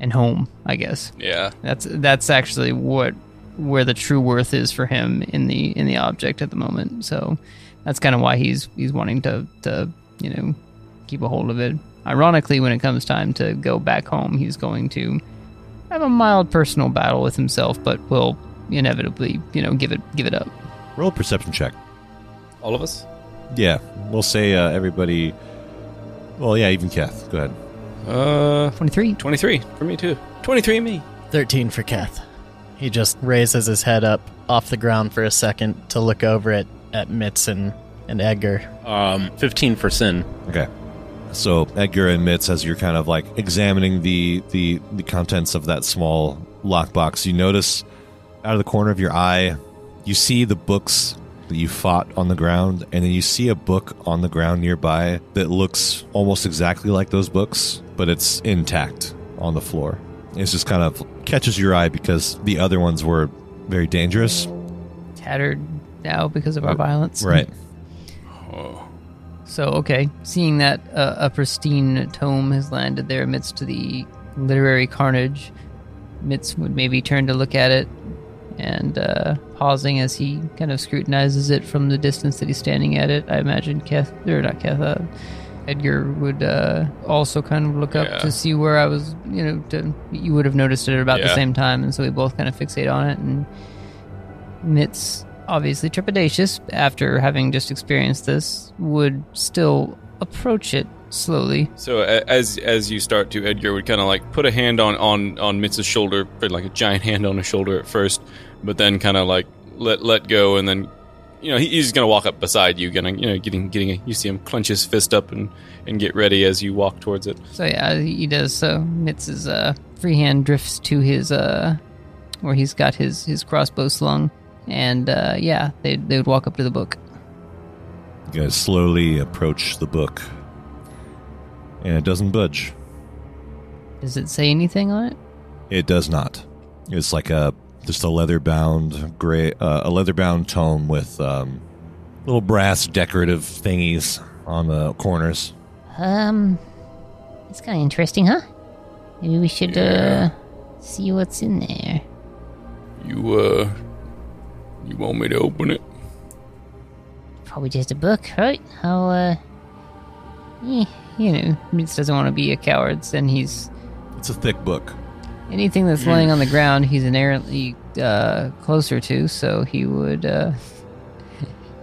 D: and home i guess
B: yeah.
D: that's that's actually what where the true worth is for him in the in the object at the moment. So that's kind of why he's he's wanting to to you know keep a hold of it. Ironically, when it comes time to go back home, he's going to have a mild personal battle with himself, but will inevitably you know give it give it up.
A: Roll a perception check.
B: All of us?
A: Yeah, we'll say uh, everybody. Well, yeah, even Kath. Go ahead.
B: Uh,
D: Twenty three.
B: 23 for me too. 23 me.
C: 13 for Keth. He just raises his head up off the ground for a second to look over at, at Mitz and, and Edgar.
E: Um, 15 for sin.
A: Okay. So Edgar admits as you're kind of like examining the the the contents of that small lockbox, you notice out of the corner of your eye, you see the books that you fought on the ground, and then you see a book on the ground nearby that looks almost exactly like those books, but it's intact on the floor. It's just kind of catches your eye because the other ones were very dangerous.
D: Tattered now because of our violence.
A: Right.
B: Oh.
D: So, okay, seeing that uh, a pristine tome has landed there amidst the literary carnage, Mitz would maybe turn to look at it and uh, pausing as he kind of scrutinizes it from the distance that he's standing at it. I imagine Kath, or not Kath, uh, Edgar would uh, also kind of look up
B: Yeah.
D: to see where I was, you know, to, you would have noticed it at about the
B: Yeah.
D: same time, and so we both kind of fixate on it and Mitz, obviously trepidatious after having just experienced this, would still approach it slowly.
B: So a- as as you start to, Edgar would kind of like put a hand on on on Mitz's shoulder, put like a giant hand on his shoulder at first, but then kind of like let let go, and then you know he, he's gonna walk up beside you, gonna you know getting getting a, you see him clench his fist up and and get ready as you walk towards it.
D: So yeah, he does. So Mitz's uh, free hand drifts to his uh, where he's got his his crossbow slung, and uh, yeah, they they would walk up to the book.
A: You guys slowly approach the book, and it doesn't budge.
D: Does it say anything on it?
A: It does not. It's like a just a leather bound gray, uh, a leather bound tome with um, little brass decorative thingies on the corners.
F: Um, it's kind of interesting, huh? Maybe we should uh, see what's in there.
B: You uh, you want me to open it?
F: Probably just a book, right? How uh,
D: Eh, you know, Mitz doesn't want to be a coward, and he's
A: It's a thick book.
D: Anything that's laying on the ground, he's inherently uh, closer to, so he would uh,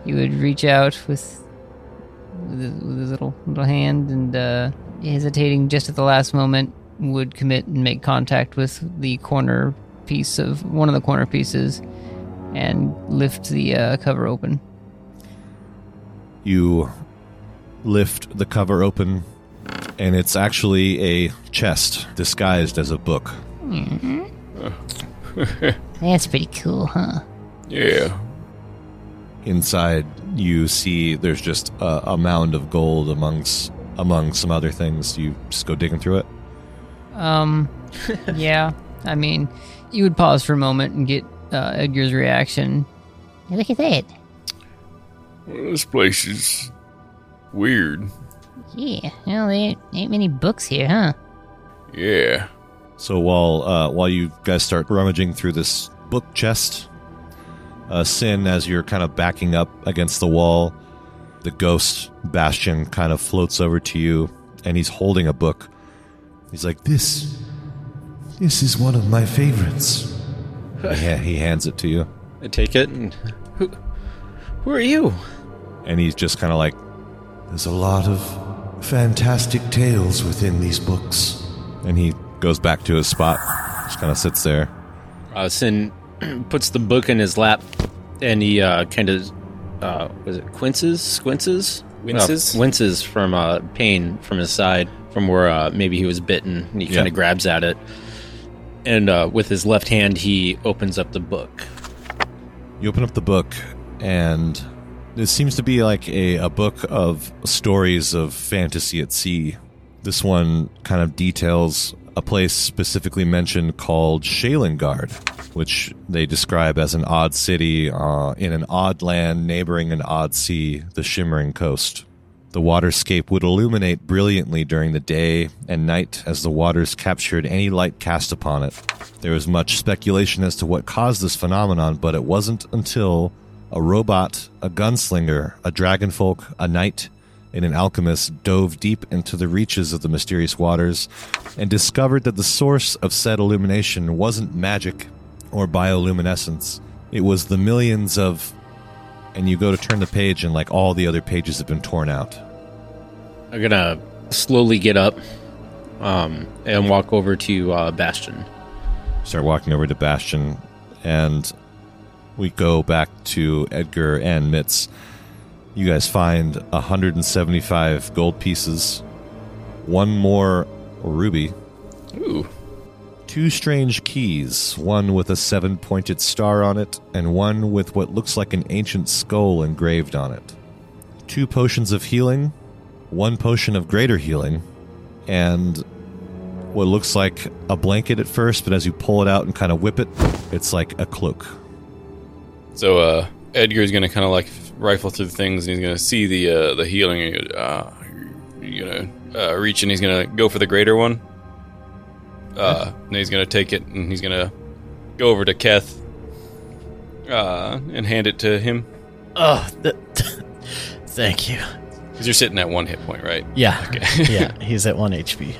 D: he would reach out with with his, with his little little hand, and uh, hesitating just at the last moment, would commit and make contact with the corner piece of one of the corner pieces, and lift the uh, cover open.
A: You lift the cover open, and it's actually a chest disguised as a book.
F: that's pretty cool, huh?
B: Yeah.
A: inside you see there's just a, a mound of gold amongst among some other things. You just go digging through it.
D: Um, yeah. I mean, you would pause for a moment and get uh, Edgar's reaction.
F: Hey, Look at that.
B: Well, this place is weird.
F: Yeah. Well, there ain't- ain't many books here, huh?
B: Yeah.
A: So while uh, while you guys start rummaging through this book chest, uh, Sin, as you're kind of backing up against the wall, the ghost Bastion kind of floats over to you, and he's holding a book. He's like, "This, this is one of my favorites." yeah, he hands it to you,
E: I take it and who who are you?
A: and he's just kind of like, "There's a lot of fantastic tales within these books," and he goes back to his spot, just kind of sits there.
E: Uh, Sin puts the book in his lap and he uh, kind of uh, was it quinces squinces
B: Winces?
E: Uh, winces from uh, pain from his side from where uh, maybe he was bitten and he
A: Yeah.
E: kind of grabs at it and uh, with his left hand he opens up the book
A: You open up the book, and it seems to be like a, a book of stories of fantasy at sea. This one kind of details a place specifically mentioned called Shalengard, which they describe as an odd city uh, in an odd land neighboring an odd sea, the shimmering coast. The waterscape would illuminate brilliantly during the day and night as the waters captured any light cast upon it. There was much speculation as to what caused this phenomenon, but it wasn't until a robot, a gunslinger, a dragonfolk, a knight, and an alchemist dove deep into the reaches of the mysterious waters and discovered that the source of said illumination wasn't magic or bioluminescence. It was the millions of and you go to turn the page and like all the other pages have been torn out
E: i'm gonna slowly get up um, and walk over to uh, bastion
A: start walking over to bastion and we go back to edgar and mitz you guys find 175 gold pieces one more ruby
B: Ooh.
A: two strange keys one with a seven pointed star on it and one with what looks like an ancient skull engraved on it two potions of healing one potion of greater healing and what looks like a blanket at first, but as you pull it out and kind of whip it, it's like a cloak.
B: So uh, Edgar's gonna kind of like rifle through the things, and he's gonna see the uh, the healing. And he goes, ah, you know, uh, reach, and he's gonna go for the greater one. Uh, and he's gonna take it, and he's gonna go over to Keth, uh, and hand it to him.
C: Oh, th- thank you.
B: Cause you're sitting at one hit point, right?
C: Yeah,
B: Okay.
C: yeah. He's at one HP.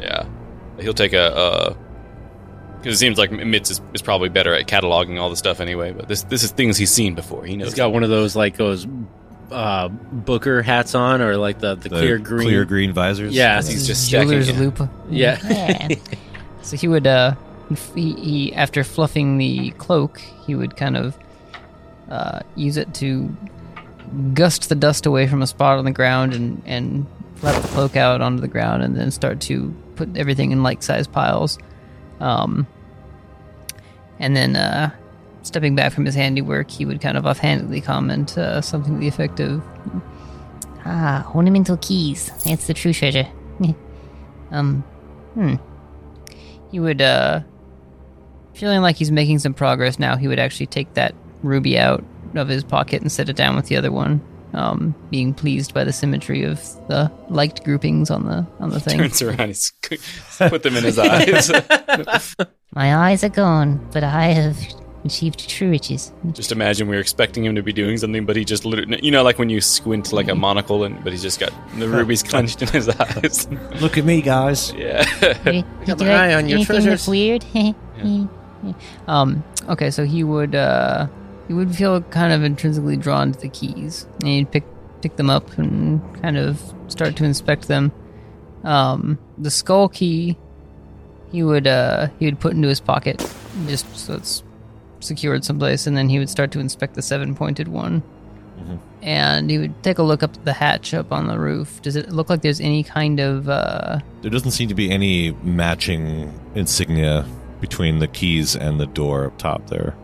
B: Yeah, he'll take a. uh 'cause it seems like Mitz is, is probably better at cataloging all the stuff anyway, but this this is things he's seen before. He knows.
E: he's got one of those like those uh, booker hats on or like the,
A: The
E: the, clear green
A: clear green visors.
E: Yeah,
A: And
B: he's just stacking
D: Jeweler's
B: it.
D: loop.
E: yeah
F: Yeah.
D: So he would, uh, f- he, he after fluffing the cloak, he would kind of uh, use it to gust the dust away from a spot on the ground and and flap the cloak out onto the ground, and then start to put everything in like-sized piles. Um, and then uh, stepping back from his handiwork, he would kind of offhandedly comment uh, something to the effect of,
F: ah, ornamental keys. That's the true treasure. um,
D: hmm. he would uh feeling like he's making some progress now he would actually take that ruby out of his pocket and set it down with the other one um being pleased by the symmetry of the liked groupings on the on the thing
B: turns around, he's put them in his eyes.
F: my eyes are gone, but I have achieved true riches.
B: just imagine we were expecting him to be doing something, but he just literally, you know, like when you squint like a
A: Hmm.
B: monocle, and but he's just got the rubies clenched in his eyes.
A: Look at me, guys.
B: yeah,
F: Did
E: got
F: did
E: my eye on your
F: anything
E: treasures.
F: that's weird? Eh,
D: um okay so he would uh he would feel kind of intrinsically drawn to the keys and he'd pick pick them up and kind of start to inspect them um the skull key he would uh he would put into his pocket just so it's secured someplace and then he would start to inspect the seven pointed one and he would take a look up the hatch up on the roof does it look like there's any kind of uh
A: There doesn't seem to be any matching insignia between the keys and the door up top there.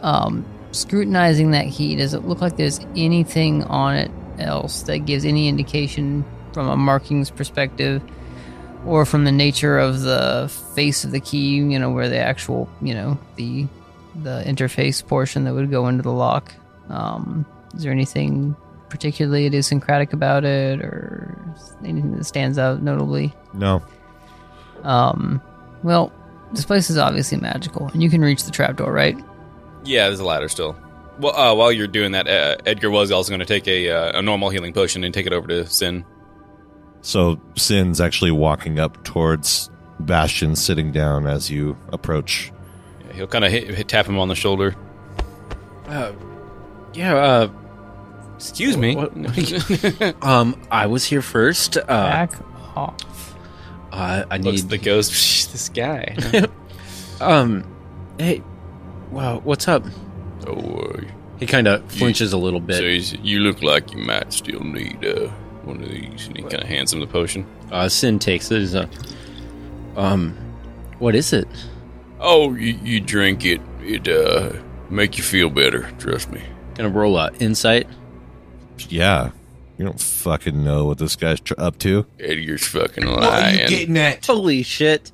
D: um, scrutinizing that key, does it look like there's anything on it else that gives any indication from a markings perspective or from the nature of the face of the key, you know, where the actual, you know, the the interface portion that would go into the lock? Um, is there anything particularly idiosyncratic about it or anything that stands out notably?
A: No.
D: Um, well, this place is obviously magical, and you can reach the trapdoor, right?
B: Yeah, there's a ladder still. Well, uh, while you're doing that, uh, Edgar was also going to take a uh, a normal healing potion and take it over to Sin.
A: So Sin's actually walking up towards Bastion, sitting down as you approach.
B: Yeah, he'll kind of hit, hit, tap him on the shoulder.
E: Uh, yeah. Uh,
B: Excuse me.
E: um, I was here first. Uh,
D: Back off.
E: I, I
B: Looks
E: need
B: at the ghost. "Psh, This guy.
E: Um, hey, wow, what's up?
B: oh,
E: He kind of flinches a little bit.
B: you look like you might still need uh, one of these. And he kind of hands him the potion.
E: Uh, Sin takes it. He's, uh, um, what is it?
B: Oh, you, you drink it. It uh make you feel better. Trust me.
E: Gonna roll a insight.
A: Yeah. You don't fucking know what this guy's tr- up to.
B: Edgar's fucking lying.
A: at?
E: Holy shit!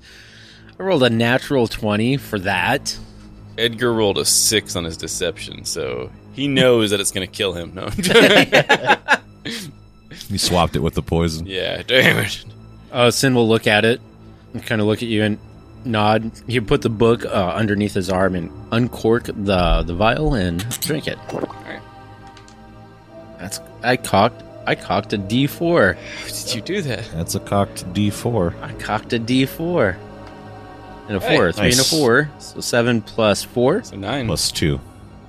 E: I rolled a natural twenty for that.
B: Edgar rolled a six on his deception, so he knows that it's gonna kill him. No.
A: He swapped it with the poison.
B: yeah. Damn it.
E: Uh, Sin will look at it and kind of look at you and nod. He put the book uh, underneath his arm and uncork the the vial and drink it.
B: right.
E: That's I cocked. I cocked a D four.
B: How did you do that?
A: That's a cocked D4.
E: I cocked a D four. And a
B: Hey.
E: four, three and a
A: Nice.
E: four, so seven plus four
B: So nine.
A: Plus two.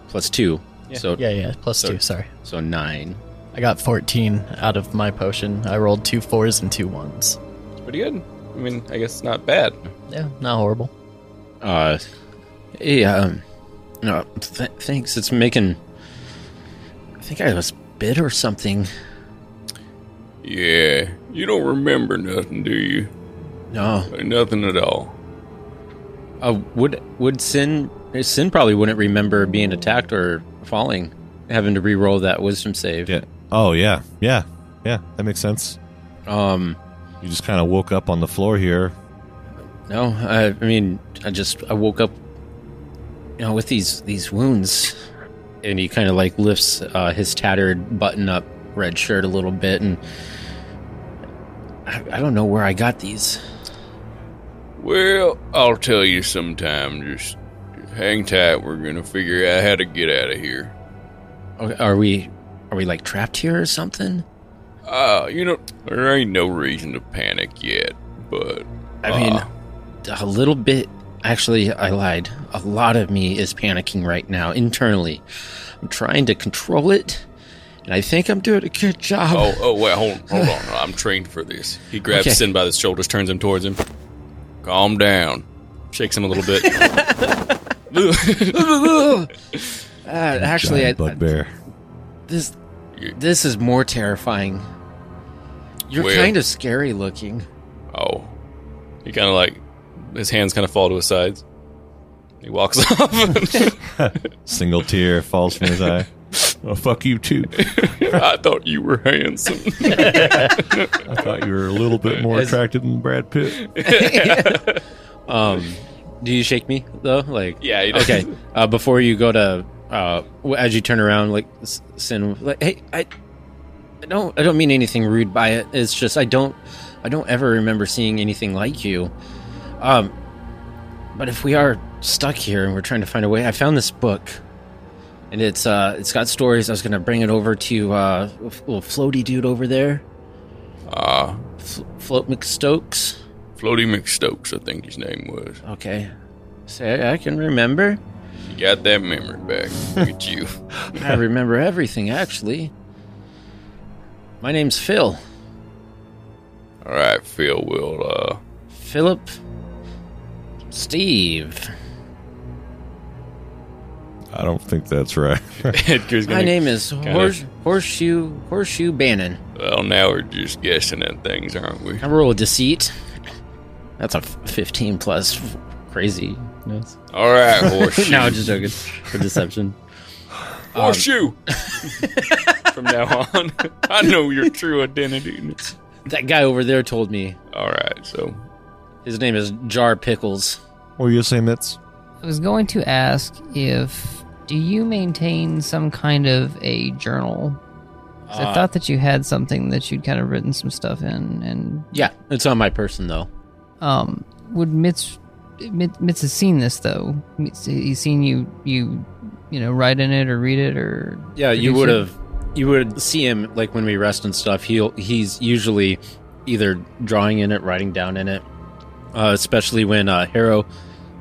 E: plus two,
B: Yeah.
E: so
C: Yeah, yeah. Plus
E: So-
C: two. Sorry.
E: so nine.
C: I got 14 out of my potion. I rolled two fours and two ones.
B: pretty good. I mean, I guess not bad.
C: Yeah, not horrible.
E: Uh, yeah. Um, no, th- thanks. It's making. I think I was bit or something.
B: Yeah, you don't remember nothing, do you?
E: No,
B: Like nothing at all.
E: Uh, would would Sin Sin probably wouldn't remember being attacked or falling, having to re-roll that wisdom save.
A: Yeah. Oh, yeah. Yeah. Yeah. That makes sense.
E: Um.
A: You just kind of woke up on the floor here.
E: No, I, I mean, I just I woke up, you know, with these these wounds, and he kind of like lifts uh, his tattered button-up red shirt a little bit, and I, I don't know where I got these.
B: Well, I'll tell you sometime. Just hang tight. We're gonna figure out how to get out of here.
E: Are are we are we like trapped here or something?
B: Ah, you know, there ain't no reason to panic yet, but
E: I mean,
B: Ah.
E: a little bit. Actually, I lied. A lot of me is panicking right now internally. I'm trying to control it, and I think I'm doing a good job.
B: oh, oh, wait, hold, hold on. I'm trained for this. He grabs
E: Okay.
B: Sin by the shoulders, turns him towards him. Calm down. Shakes him a little bit.
E: uh, actually, I,
A: Giant bugbear.
E: this this is more terrifying. You're
B: Well.
E: kind of scary looking.
B: Oh. He kind of like, his hands kind of fall to his sides. He walks off.
A: Single tear falls from his eye. Oh, fuck you, too.
B: I thought you were handsome.
A: I thought you were a little bit more attractive than Brad Pitt.
E: Um, do you shake me though? Like,
B: Yeah, he does.
E: Okay, uh, before you go to, uh, w- as you turn around, like S- Sin, like, hey, I, I don't, I don't mean anything rude by it. It's just I don't, I don't ever remember seeing anything like you. Um, but if we are stuck here and we're trying to find a way, I found this book, and it's, uh, it's got stories. I was gonna bring it over to uh, little floaty dude over there,
B: Ah,
E: F- Float McStokes.
B: Floaty McStokes, I think his name was.
E: Okay, say I can remember.
B: You got that memory back. Look at you.
E: I remember everything, actually. My name's Phil.
B: All right, Phil. We'll uh,
E: Philip. Steve.
A: I don't think that's right.
B: Edgar's
E: My
B: gonna.
E: name is
B: kinda-
E: Horse, Horseshoe Horseshoe Bannon.
B: well, now we're just guessing at things, aren't we?
E: I roll a deceit. That's a f- 15 plus. F- Crazy. Yes.
B: All right, horseshoe.
A: um,
E: no, I'm just joking. For deception.
B: horseshoe. From now on, I know your true identity.
E: That guy over there told me
B: All right, so
E: his name is Jar Pickles.
A: What were you saying, Mitz?
D: I was going to ask if do you maintain some kind of a journal? 'Cause I
E: Uh,
D: thought that you had something that you'd kind of written some stuff in, and
E: Yeah, it's on my person though.
D: um, would Mitz, Mitz, Mitz has seen this though? Mitz, he's seen you, you, you know, write in it or read it or
E: Yeah, you
D: produce
E: would
D: it?
E: have. You would see him like when we rest and stuff. He'll he's usually either drawing in it, writing down in it. Uh, especially when uh, Harrow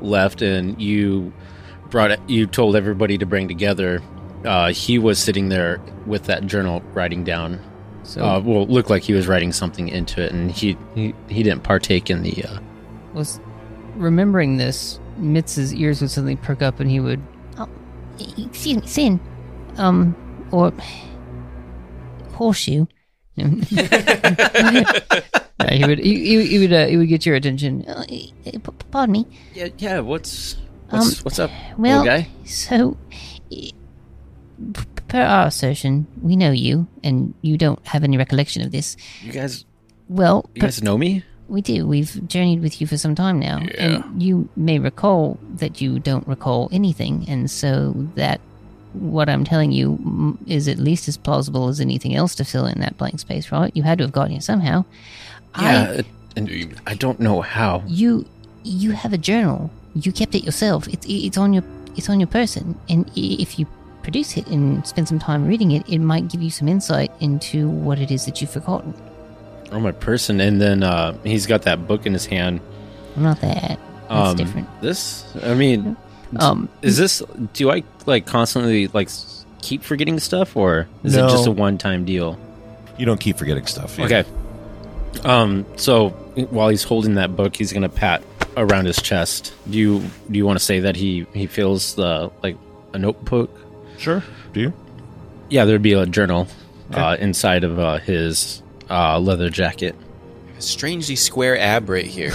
E: left and you brought you told everybody to bring together. Uh, he was sitting there with that journal writing down.
D: So
E: Uh, well, it looked like he was writing something into it, and he he, he didn't partake in the. Uh,
D: was remembering this. Mitz's ears would suddenly perk up, and he would
F: Excuse me, Sin. Um, or horseshoe.
D: yeah, he would he, he, he would uh, he would get your attention.
F: Uh, eh, eh, p- Pardon me.
E: yeah, yeah. What's
F: what's- Um,
E: what's up,
F: Well, so eh, p- per our assertion, we know you, and you don't have any recollection of this.
E: You guys,
F: Well,
E: you
F: per-
E: guys know me?
F: we do. We've journeyed with you for some time now, and you may recall that you don't recall anything, and so that what I'm telling you mm, is at least as plausible as anything else to fill in that blank space, right? You had to have gotten here somehow. I
E: Yeah,
B: Do you-
E: and I don't know how.
F: you you have a journal you kept it yourself it's it's on your it's on your person and i- if you produce it and spend some time reading it it might give you some insight into what it is that you've forgotten
E: on Oh, my person, and then uh, he's got that book in his hand.
F: well, not that that's
E: Um,
F: different
E: This, I mean,
D: um
E: is this? Do I like constantly like s- keep forgetting stuff, or is
A: No.
E: it just a one-time deal?
A: You don't keep forgetting stuff. yeah.
E: Okay. Um. So while he's holding that book, he's gonna pat around his chest. Do you do you want to say that he he feels the like a notebook?
A: Sure. Do you?
E: Yeah, there'd be a journal uh, inside of uh, his uh, leather jacket.
B: a strangely square ab right here.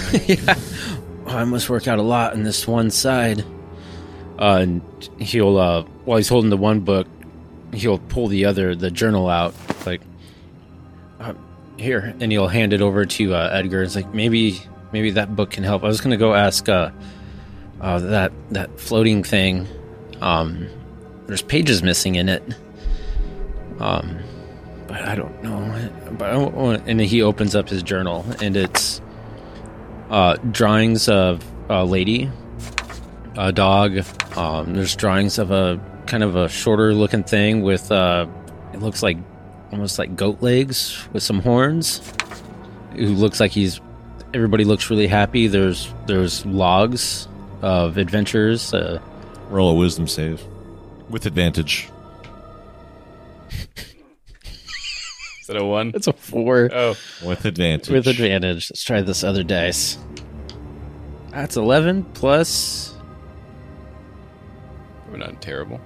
E: "Oh, I must work out a lot on this one side. Uh, and he'll, uh, while he's holding the one book, he'll pull the other, the journal out, like, uh, here, and he'll hand it over to uh, Edgar. It's like maybe, maybe that book can help. I was gonna go ask uh, uh, that that floating thing. Um, there's pages missing in it. Um, but I don't know. But I don't want. And he opens up his journal, and it's uh, drawings of a lady, a dog. Um, there's drawings of a kind of a shorter looking thing with uh, it looks like almost like goat legs with some horns. Who looks like he's everybody looks really happy. There's there's logs of adventures. Uh,
A: Roll a wisdom save with advantage.
B: Is that a one?
E: it's a four
B: Oh,
A: With advantage.
E: with advantage. Let's try this other dice. That's eleven plus
B: we're not terrible.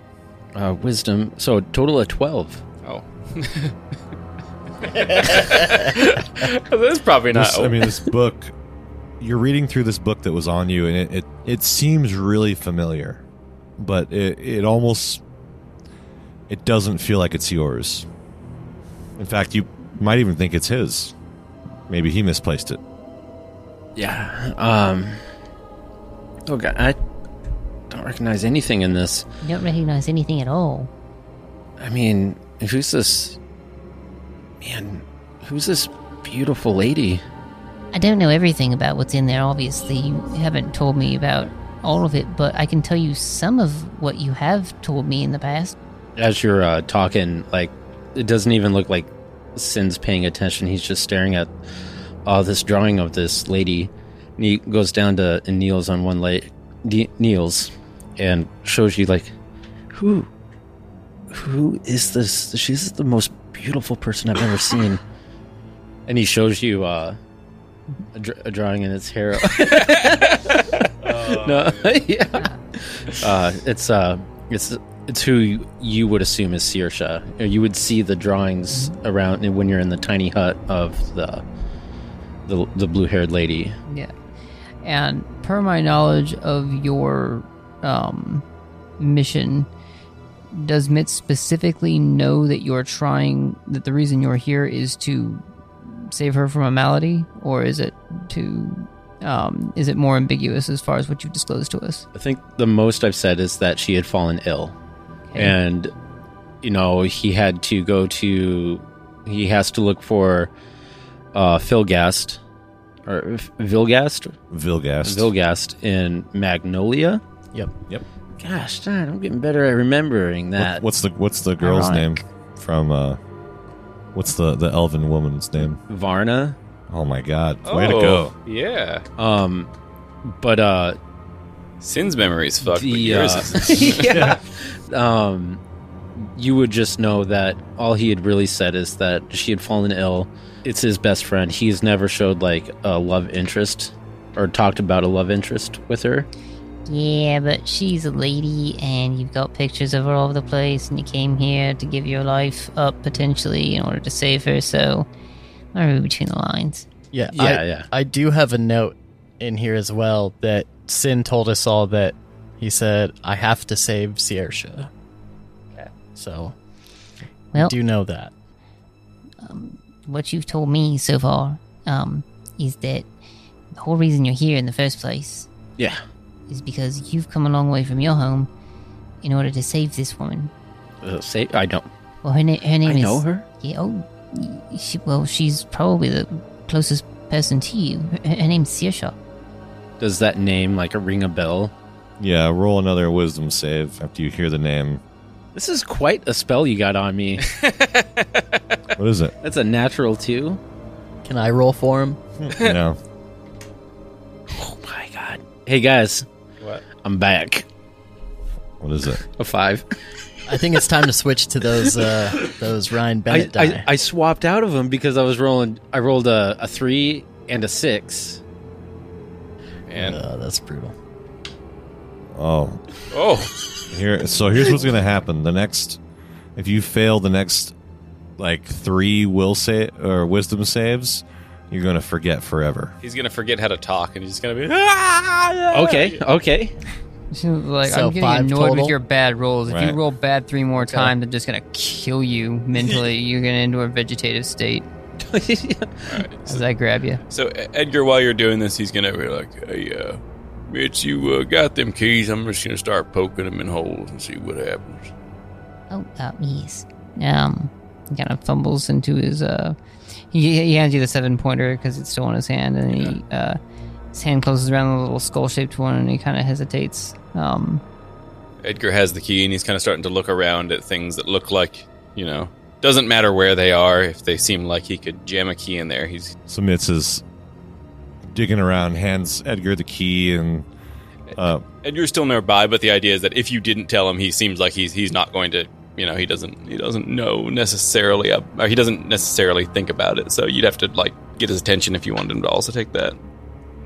E: uh, wisdom, so a total of twelve.
B: Oh. That's probably not.
A: This- I mean, this book. You're reading through this book that was on you, and it it, it seems really familiar, but it it almost it doesn't feel like it's yours. In fact, you might even think it's his. Maybe he misplaced it.
E: Yeah. Um. Okay, I don't recognize anything in this.
F: you don't recognize anything at all
E: I mean, who's this? Man, who's this beautiful lady?
F: i don't know everything about what's in there obviously you haven't told me about all of it but i can tell you some of what you have told me in the past
E: As you're uh, talking, like it doesn't even look like Sin's paying attention. He's just staring at uh, this drawing of this lady. And he goes down to and kneels on one leg, kne- kneels, and shows you like, who, who is this? She's the most beautiful person I've ever seen. and he shows you uh, a, dr- a drawing in its hair. no, yeah, uh, it's uh, it's it's who you- you would assume is Sirsha. You know, You would see the drawings around when you're in the tiny hut of the the, the blue haired lady.
D: yeah, And per my knowledge of your um, mission, does Mit specifically know that you're trying, that the reason you're here is to save her from a malady? Or is it to, um, is it more ambiguous as far as what you've disclosed to us?
E: I think the most I've said is that she had fallen ill.
D: Okay.
E: And, you know, he had to go to, he has to look for uh, Philgast, or Vilgast?
A: Vilgast.
E: Vilgast in Magnolia.
C: Yep.
A: Yep.
E: Gosh darn, I'm getting better at remembering
A: What-
E: that.
A: what's the What's the girl's
E: Ironic.
A: name from? uh What's the the elven woman's name?
E: Varna?
A: Oh my God!
B: Oh,
A: Way to go!
B: Yeah.
E: Um, but, uh,
B: Sin's memories fuck.
E: The,
B: but yours
E: uh,
B: isn't.
E: yeah. um, you would just know that all he had really said is that she had fallen ill. It's his best friend. He's never showed like a love interest or talked about a love interest with her.
F: Yeah, but she's a lady, and you've got pictures of her all over the place, and you came here to give your life up potentially in order to save her. So, I read between the lines.
C: Yeah.
E: Yeah,
C: I-
E: yeah.
C: I do have a note in here as well that Sin told us all that he said, I have to save Siersha.
D: Okay.
C: So, we
F: Well,
C: do know that.
F: um, what you've told me so far um, is that the whole reason you're here in the first place
E: Yeah.
F: is because you've come a long way from your home in order to save this woman.
E: Uh, say I don't.
F: Well, her, na- her name
E: I
F: is.
E: know her.
F: Yeah, oh, y- she, well, she's probably the closest person to you. Her, her name's Searshaw.
E: Does that name like a ring a bell?
A: Yeah, roll another wisdom save after you hear the name.
E: This is quite a spell you got on me.
A: What is it?
E: That's a natural two.
C: Can I roll for him?
A: no.
E: Oh my god. Hey guys,
B: What?
E: I'm back.
A: What is it?
E: A five.
C: I think it's time to switch to those uh, those Ryan
E: I,
C: Bennett
E: I,
C: die.
E: I swapped out of them because I was rolling. I rolled a, a three and a six.
B: Man.
C: Uh, that's brutal.
A: Oh,
B: Oh,
A: here. So here's what's gonna happen. The next, if you fail the next, like three will save or wisdom saves, you're gonna forget forever.
B: he's gonna forget how to talk, and he's gonna be.
E: Okay, okay.
D: So, like,
C: So
D: I'm getting
C: five
D: annoyed
C: total?
D: with your bad rolls. If
A: Right.
D: you roll bad three more times, I'm just going to kill you mentally. You're going to into a vegetative state as I grab you.
B: So E- Edgar, while you're doing this, he's gonna be like, "Hey, uh, bitch, you uh, got them keys. I'm just gonna start poking them in holes and see what happens."
F: Oh, uh, yes.
D: Um, he kind of fumbles into his. Uh, he, he hands you the seven pointer because it's still in his hand, and he uh, his hand closes around the little skull shaped one, and he kind of hesitates. Um,
B: Edgar has the key, and he's kind of starting to look around at things that look like, you know, doesn't matter where they are. If they seem like he could jam a key in there, he's
A: So Mitz is digging around, hands Edgar the key, and uh,
B: Edgar's still nearby. But the idea is that if you didn't tell him, he seems like he's he's not going to. You know, he doesn't he doesn't know necessarily, uh, or he doesn't necessarily think about it. So you'd have to like get his attention if you wanted him to also take that.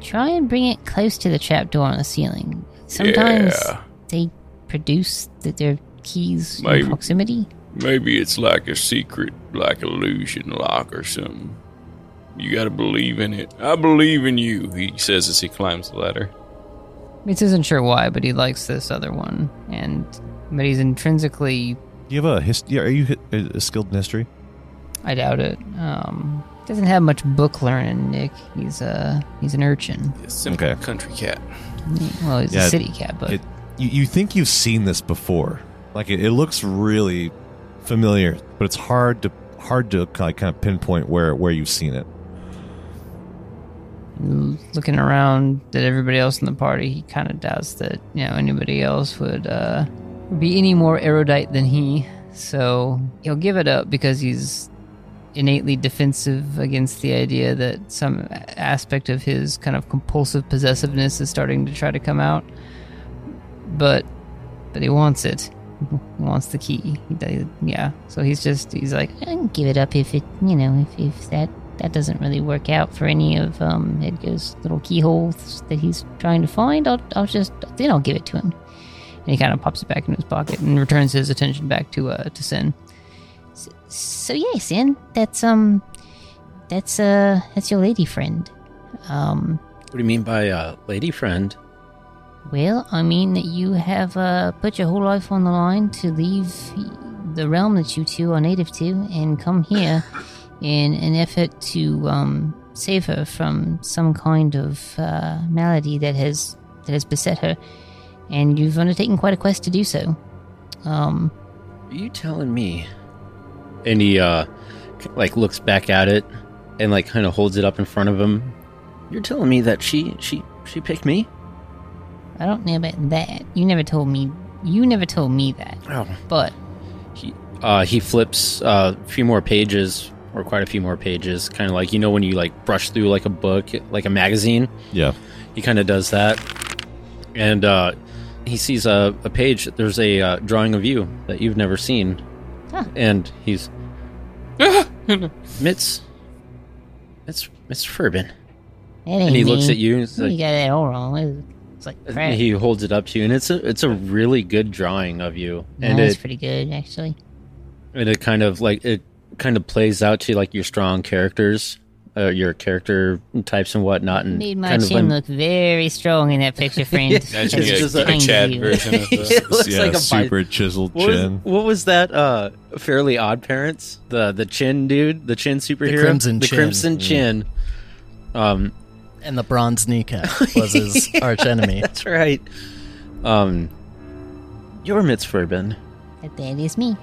F: Try and bring it close to the trapdoor on the ceiling. Sometimes
B: Yeah.
F: they produce th- their keys
B: Maybe.
F: in proximity.
B: Maybe it's like a secret, like illusion lock or something. You gotta believe in it. I believe in you, he says as he climbs the ladder.
D: Mitz isn't sure why, but he likes this other one, and but he's intrinsically.
A: do you have a history? Are you hi- uh, skilled in history?
D: I doubt it. Um, doesn't have much book learning, Nick. He's uh he's an urchin.
B: A simple
A: Okay.
B: country cat.
D: Well, he's
A: Yeah,
D: a city cat, but
A: it- You, you think you've seen this before? Like it, it looks really familiar, but it's hard to hard to like, kind of pinpoint where where you've seen it.
D: looking around at everybody else in the party, he kind of doubts that you know anybody else would uh, be any more erudite than he. So he'll give it up because he's innately defensive against the idea that some aspect of his kind of compulsive possessiveness is starting to try to come out. But but he wants it. He wants the key. He, yeah. So he's just he's like
F: I can give it up if it, you know, if, if that that doesn't really work out for any of um, Edgar's little keyholes that he's trying to find. I'll, I'll just then I'll give it to him.
D: and he kind of pops it back in his pocket and returns his attention back to uh to Sin.
F: So yeah, Sin, that's um, that's uh, that's your lady friend. Um,
E: What do you mean by uh, lady friend?
F: Well, I mean that you have uh, put your whole life on the line to leave the realm that you two are native to and come here in an effort to um, save her from some kind of uh, malady that has that has beset her, and you've undertaken quite a quest to do so. Um,
E: Are you telling me? And he uh, k- like looks back at it and like kind of holds it up in front of him. You're telling me that she she she picked me?
F: I don't know about that. You never told me. You never told me that.
E: Oh,
F: But
E: he uh, he flips uh, a few more pages or quite a few more pages kind of like you know when you like brush through like a book like a magazine
A: Yeah.
E: he kind of does that and uh, he sees a, a page there's a uh, drawing of you that you've never seen
F: Huh.
E: and he's mitz it's it's Furbin.
F: that ain't
E: and he looks
F: me.
E: at you and he's
F: you
E: like,
F: got that all wrong. It's like crap.
E: and he holds it up to you and it's a it's a really good drawing of you and
F: that was
E: it
F: pretty good actually.
E: and it kind of like it kind of plays out to like your strong characters uh, your character types and whatnot and
F: Made my
E: kind of
F: chin
E: lim-
F: look very strong in that picture, friend.
B: That's
E: It's
B: just,
E: just
B: a,
E: a-
B: Chad version of this.
E: it looks
A: yeah,
E: like a bi-
A: super chiseled
E: what, was-
A: chin.
E: what was that uh fairly odd parents the the chin dude the chin superhero
C: Crimson Chin. Mm.
E: crimson chin um
C: And the bronze kneecap was his arch enemy.
E: that's right um your mitzvah
F: That- that is me.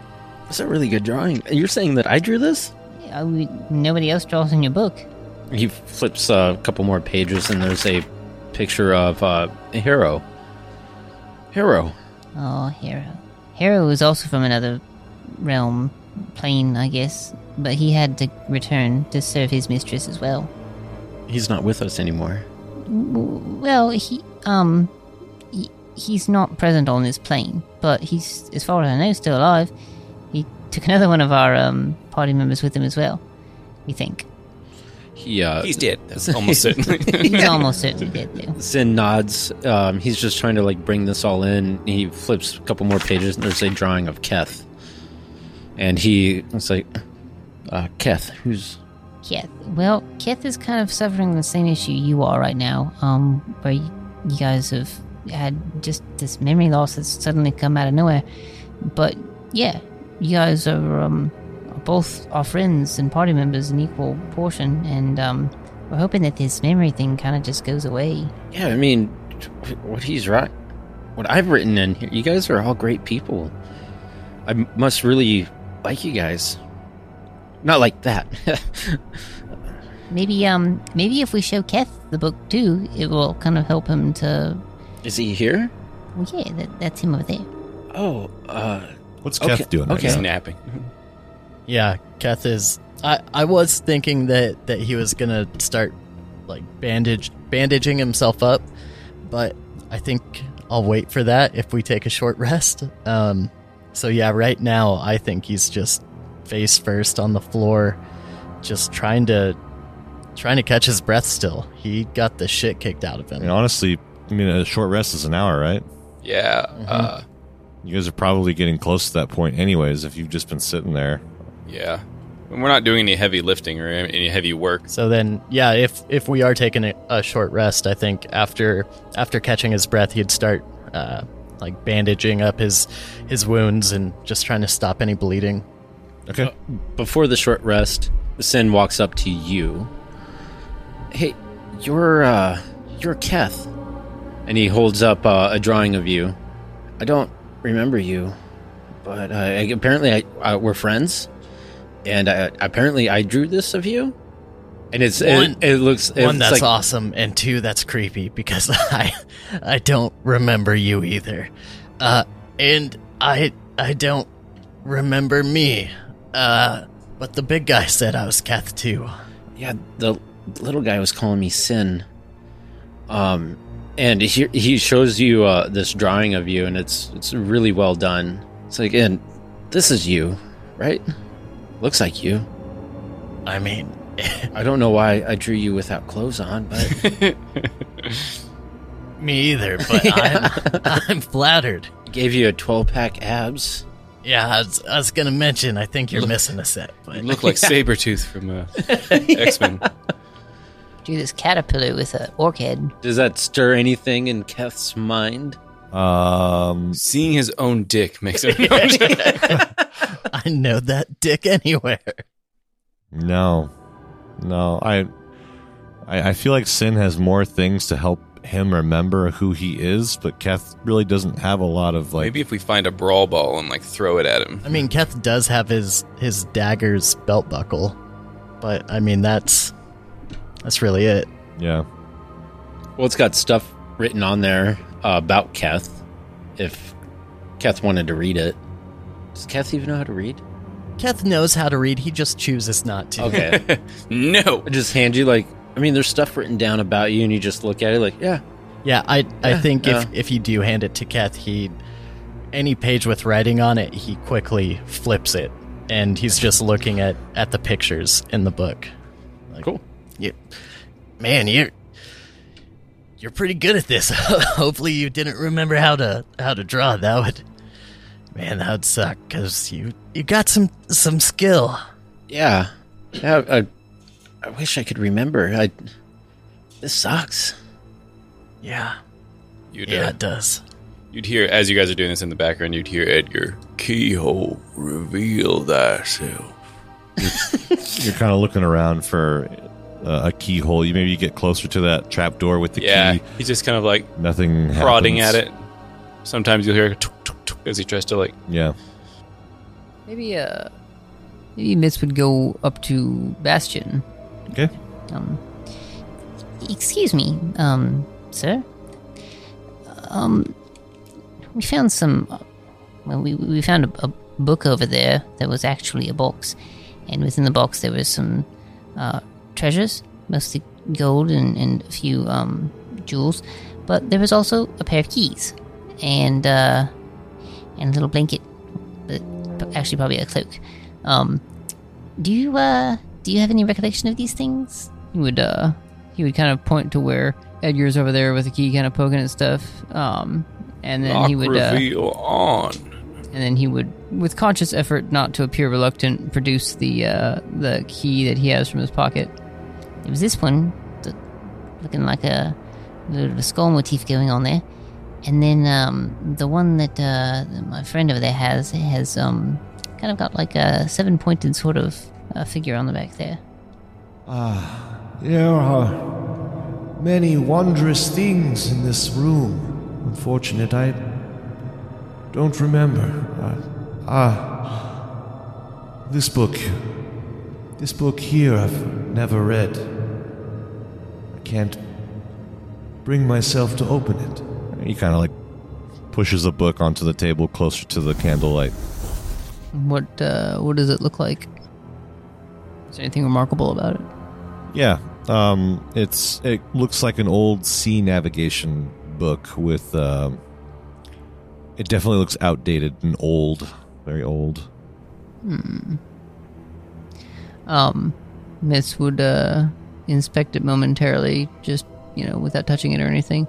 E: it's a really good drawing you're saying that i drew this
F: I would, Oh, nobody else draws in your book.
E: he flips uh, a couple more pages and there's a picture of uh, a hero hero
F: Oh, Hero. Hero was also from another realm, plane, I guess. But he had to return to serve his mistress as well.
E: he's not with us anymore
F: Well, he um, he, he's not present on this plane, but he's, as far as I know, still alive. He took another one of our um party members with him as well. We think
E: he uh,
B: He's dead. That's almost certainly.
F: he's almost certainly dead though.
E: Sin nods. Um, he's just trying to like bring this all in. He flips a couple more pages, and there's a drawing of Keth. And he it's like, uh, Keth, who's
F: Keth. Well, Keth is kind of suffering the same issue you are right now, um, where you, you guys have had just this memory loss that's suddenly come out of nowhere. But yeah, you guys are, um, are both our friends and party members in equal portion, and um, we're hoping that this memory thing kind of just goes away.
E: yeah. I mean, what he's right, what I've written in here. You guys are all great people. I m- must really like you guys. Not like that.
F: Maybe, um, maybe if we show Keth the book too, it will kind of help him to.
E: Is he here?
F: Well, yeah, that, that's him over there.
E: Oh, uh,
A: What's
E: Okay,
A: Keth doing right
E: okay.
A: now?
B: Snapping.
C: Yeah, Keth is. I, I was thinking that, that he was gonna start like bandage bandaging himself up, but I think I'll wait for that if we take a short rest. Um, so yeah, right now I think he's just face first on the floor, just trying to trying to catch his breath. Still, he got the shit kicked out of
A: I
C: him.
A: mean, honestly, I mean, a short rest is an hour, right?
B: Yeah. Uh,
A: You guys are probably getting close to that point, anyways, if you've just been sitting there.
B: yeah. And we're not doing any heavy lifting or any heavy work.
C: So then, yeah, if if we are taking a, a short rest, I think after after catching his breath, he'd start uh, like bandaging up his his wounds and just trying to stop any bleeding.
A: Okay.
E: before the short rest, Sin walks up to you. Hey, you're uh you're Keth. And he holds up uh, a drawing of you. I don't remember you, but uh, I- apparently I, I we're friends. And I, apparently I drew this of you. And it's
C: One-
E: it, it looks it's
C: One, that's
E: like,
C: awesome, and two, that's creepy because I I don't remember you either, uh, and I I don't remember me. Uh, but the big guy said I was Keth too.
E: Yeah, the little guy was calling me Sin. Um, and he he shows you uh, this drawing of you, and it's it's really well done. It's like, and this is you, right? Looks like you.
C: I mean,
E: I don't know why I drew you without clothes on, but
C: me either. But I'm I'm flattered.
E: gave you a twelve pack abs.
C: Yeah, I was, I was gonna mention. I think you're missing a set, but
B: You look like Sabretooth from uh, X Men.
F: through this caterpillar with an orc head.
E: Does that stir anything in Keth's mind?
A: Um,
B: Seeing his own dick makes him.
C: I know that dick anywhere.
A: no, no. I, I, I feel like Sin has more things to help him remember who he is, but Keth really doesn't have a lot of like.
B: Maybe if we find a brawl ball and like throw it at him.
C: I mean, Keth does have his his dagger's belt buckle, but I mean that's that's really it.
A: yeah.
E: Well, it's got stuff written on there uh, about Keth. If Keth wanted to read it, does Keth even know how to read?
C: Keth knows how to read; he just chooses not to.
E: Okay,
B: No.
E: I just hand you like. I mean, there's stuff written down about you, and you just look at it like, yeah,
C: Yeah, I I
E: Yeah,
C: think
E: yeah.
C: if if you do hand it to Keth, he any page with writing on it, he quickly flips it, and he's just looking at at the pictures in the book. Like,
E: Cool.
C: You, man, you're you're pretty good at this. Hopefully, you didn't remember how to how to draw. That would, man, that would suck because you you got some some skill.
E: yeah, yeah. I, I wish I could remember. I. This sucks.
C: Yeah,
B: You'd,
C: yeah,
B: uh,
C: it does.
B: you'd hear, as you guys are doing this in the background, you'd hear Edgar, Keyhole, reveal thyself.
A: You're kind of looking around for uh, a keyhole. You maybe get closer to that trap door with the
B: Yeah.
A: key.
B: He's just kind of like
A: Nothing.
B: prodding at
A: happens.
B: it. Sometimes you'll hear a tuk, tuk, tuk as he tries to like.
A: Yeah.
D: Maybe uh, maybe Mitz would go up to Bastion.
A: Okay.
F: Um, excuse me, um, sir. Um, we found some. Well, we we found a, a book over there that was actually a box, and within the box there was some uh, treasures, mostly gold and, and a few um, jewels, but there was also a pair of keys, and uh, and a little blanket, but but actually probably a cloak. Um, do you uh do you have any recollection of these things?
D: He would uh, he would kind of point to where Edgar's over there with a key, kind of poking at stuff. Um, and then
B: Lock
D: he would uh,
B: reveal on.
D: and then he would, with conscious effort not to appear reluctant, produce the uh, the key that he has from his pocket.
F: It was this one, th- looking like a little bit of a skull motif going on there. And then um, the one that, uh, that my friend over there has it has um, kind of got like a seven pointed sort of uh, figure on the back there.
G: There are many wondrous things in this room. Unfortunate, I don't remember. Uh, Ah, this book, this book here, I've never read. I can't bring myself to open it.
A: He kind of like pushes a book onto the table closer to the candlelight.
D: What uh, what does it look like? Is there anything remarkable about it?
A: Yeah. Um, it's it looks like an old sea navigation book with. Um, it definitely looks outdated and old, very old.
D: Um, Miss would uh, inspect it momentarily, just you know, without touching it or anything,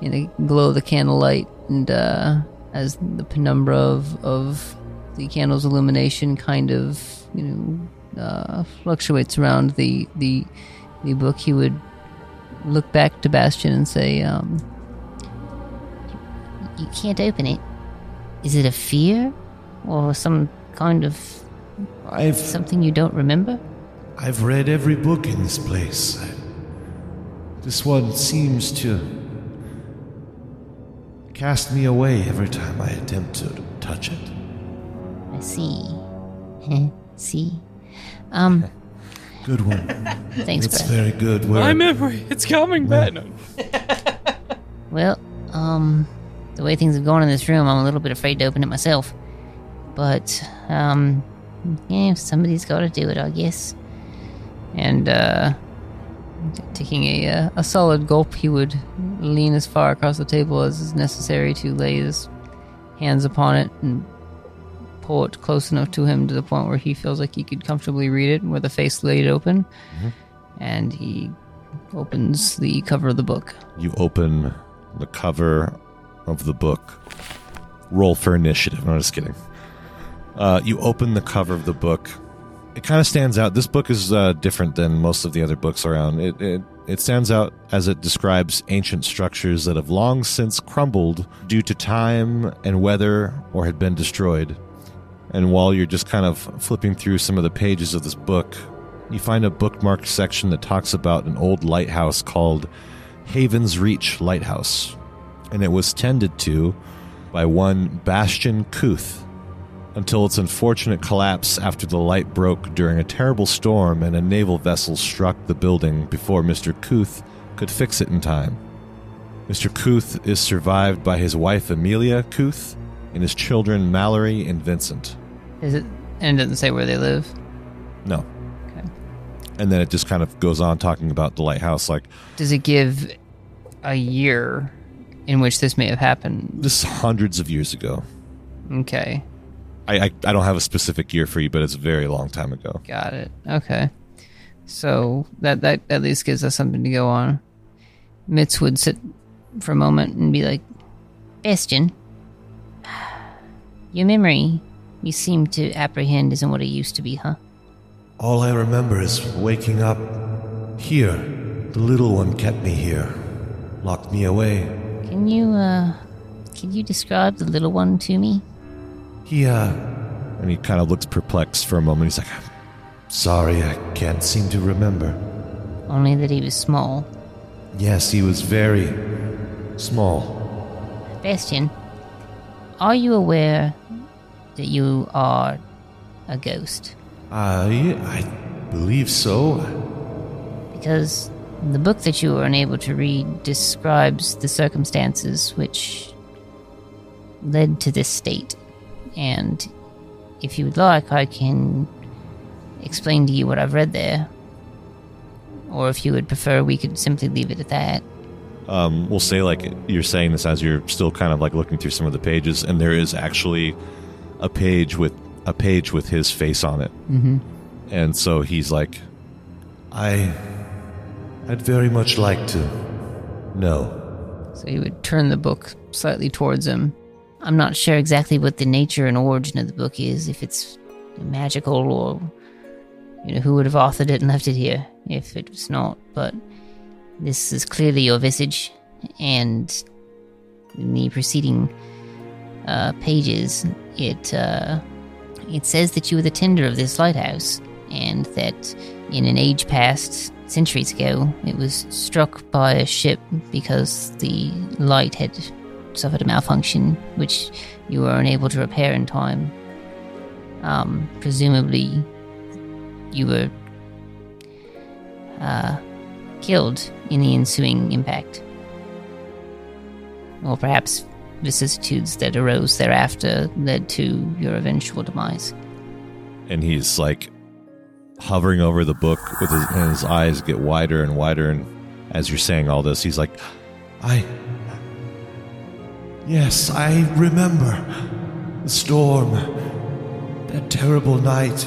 D: in the glow of the candlelight, and uh, as the penumbra of, of the candle's illumination kind of you know uh, fluctuates around the the the book, he would look back to Bastion and say, um,
F: You can't open it. Is it a fear? Or some kind of
G: I've
F: something you don't remember?
G: I've read every book in this place. I, this one seems to cast me away every time I attempt to touch it.
F: I see. Heh, see? Um,
G: Good one.
F: thanks,
G: It's
F: Brad.
G: very good. We're,
B: My memory, it's coming back.
F: Well, um, the way things have gone in this room, I'm a little bit afraid to open it myself. But, um, yeah, if somebody's got to do it, I guess.
D: and uh, taking a uh, a solid gulp, he would lean as far across the table as is necessary to lay his hands upon it and pull it close enough to him to the point where he feels like he could comfortably read it, where the face laid open, and he opens the cover of the book.
A: You open the cover of the book. Roll for initiative. No, just kidding. Uh, you open the cover of the book. It kind of stands out. This book is uh, different than most of the other books around. It, it It stands out as it describes ancient structures that have long since crumbled due to time and weather or had been destroyed. And while you're just kind of flipping through some of the pages of this book, you find a bookmarked section that talks about an old lighthouse called Haven's Reach Lighthouse. And it was tended to by one Bastian Kuth until its unfortunate collapse after the light broke during a terrible storm and a naval vessel struck the building before Mr. Kuth could fix it in time. Mr. Kuth is survived by his wife Amelia Kuth and his children Mallory and Vincent.
D: Is it? And it doesn't say where they live.
A: No. And then it just kind of goes on talking about the lighthouse. Like,
D: Does it give a year in which this may have happened?
A: this is hundreds of years ago.
D: Okay,
A: I, I, I don't have a specific year for you, but it's a very long time ago.
D: got it. Okay, so that that at least gives us something to go on. Mitz would sit for a moment and be like,
F: Bastion, your memory you seem to apprehend isn't what it used to be, huh?
G: All I remember is waking up here. The little one kept me here, locked me away.
F: Can you, uh, can you describe the little one to me?
G: He, uh,
A: And he kind of looks perplexed for a moment. He's like,
G: sorry, I can't seem to remember.
F: Only that he was small.
G: Yes, he was very small.
F: Bastion, are you aware that you are a ghost?
G: Uh, yeah, I believe so.
F: Because the book that you were unable to read describes the circumstances which led to this state. And if you would like, I can explain to you what I've read there. Or if you would prefer, we could simply leave it at that.
A: um, we'll say like you're saying this as you're still kind of like looking through some of the pages, and there is actually a page with a page with his face on it, mm-hmm. and so he's like,
G: I. I'd very much like to know.
D: so he would turn the book slightly towards him.
F: I'm not sure exactly what the nature and origin of the book is, if it's magical or you know who would have authored it and left it here if it was not, but this is clearly your visage and in the preceding uh, pages it uh, it says that you were the tender of this lighthouse and that in an age past centuries ago it was struck by a ship because the light had suffered a malfunction which you were unable to repair in time um, presumably you were uh, killed in the ensuing impact or perhaps vicissitudes that arose thereafter led to your eventual demise
A: and he's like hovering over the book with his, and his eyes get wider and wider, and as you're saying all this, he's like,
G: I. Yes, I remember. The storm. That terrible night.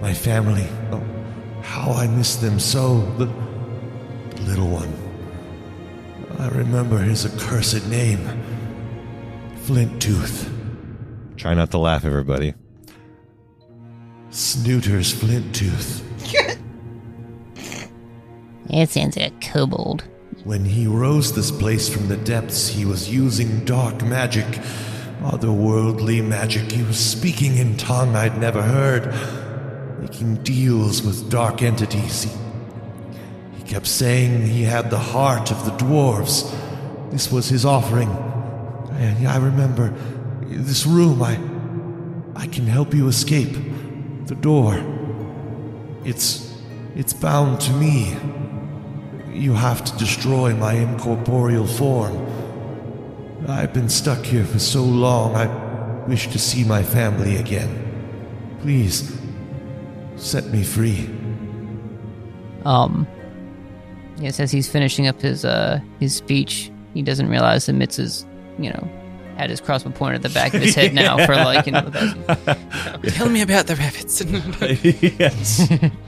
G: My family. Oh, how I miss them so. The, the little one. I remember his accursed name Flint Tooth.
A: "Try not to laugh, everybody."
G: Snooters Flint Tooth.
F: it sounds like a kobold
G: When he rose this place from the depths, he was using dark magic, otherworldly magic. He was speaking in tongue I'd never heard, making deals with dark entities. He, he kept saying he had the heart of the dwarves. This was his offering. I, I remember this room. I, I can help you escape. The door. It's, it's bound to me. You have to destroy my incorporeal form. I've been stuck here for so long, I wish to see my family again. Please, set me free.
D: Um, yeah, says he's finishing up his uh his speech. He doesn't realize that Mitz is, you know, had his crossbow pointed at the back of his head now for like you know the thousand
B: Tell me about the rabbits.
A: yes,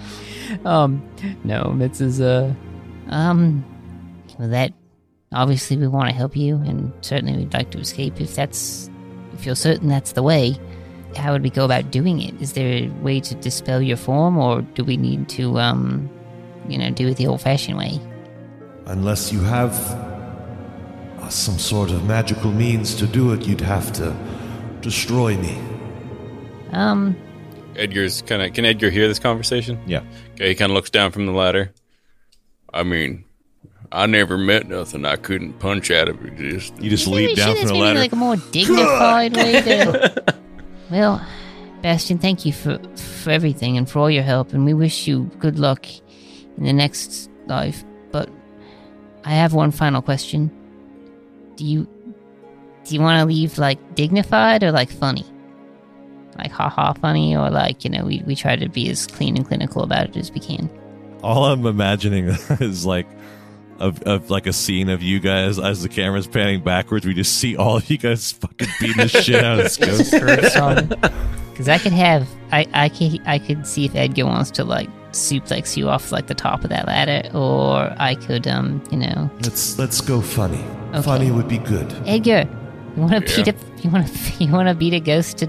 D: Um, no, Mitz is uh,
F: um well that obviously we want to help you and certainly we'd like to escape if that's if you're certain that's the way how would we go about doing it is there a way to dispel your form or do we need to um you know, do it the old fashioned way.
G: Unless you have uh, some sort of magical means to do it, you'd have to destroy me.
F: Um,
B: Edgar's kind of. Can Edgar hear this conversation?
A: Yeah.
B: Okay, he kind of looks down from the ladder. I mean, I never met nothing I couldn't punch out of existence.
A: You just
F: maybe
A: leap down
F: sure
A: from
F: there's
A: the
F: maybe
A: ladder.
F: like a more dignified way to. Well, Bastion, thank you for for everything and for all your help, and we wish you good luck in the next life. But I have one final question: Do you do you want to leave like dignified or like funny, like haha funny, or like you know we we try to be as clean and clinical about it as we can?
A: All I'm imagining is like of, of like a scene of you guys as the camera's panning backwards. We just see all of you guys fucking beating the shit out of this ghost.
F: Because I could have, I, I could, I could see if Edgar wants to like suplex you off like the top of that ladder, or I could, um, you know,
G: Let's let's go funny.
F: Okay.
G: Funny would be good.
F: Edgar, you want to
B: Yeah.
F: beat a, you want to, you want to beat a ghost to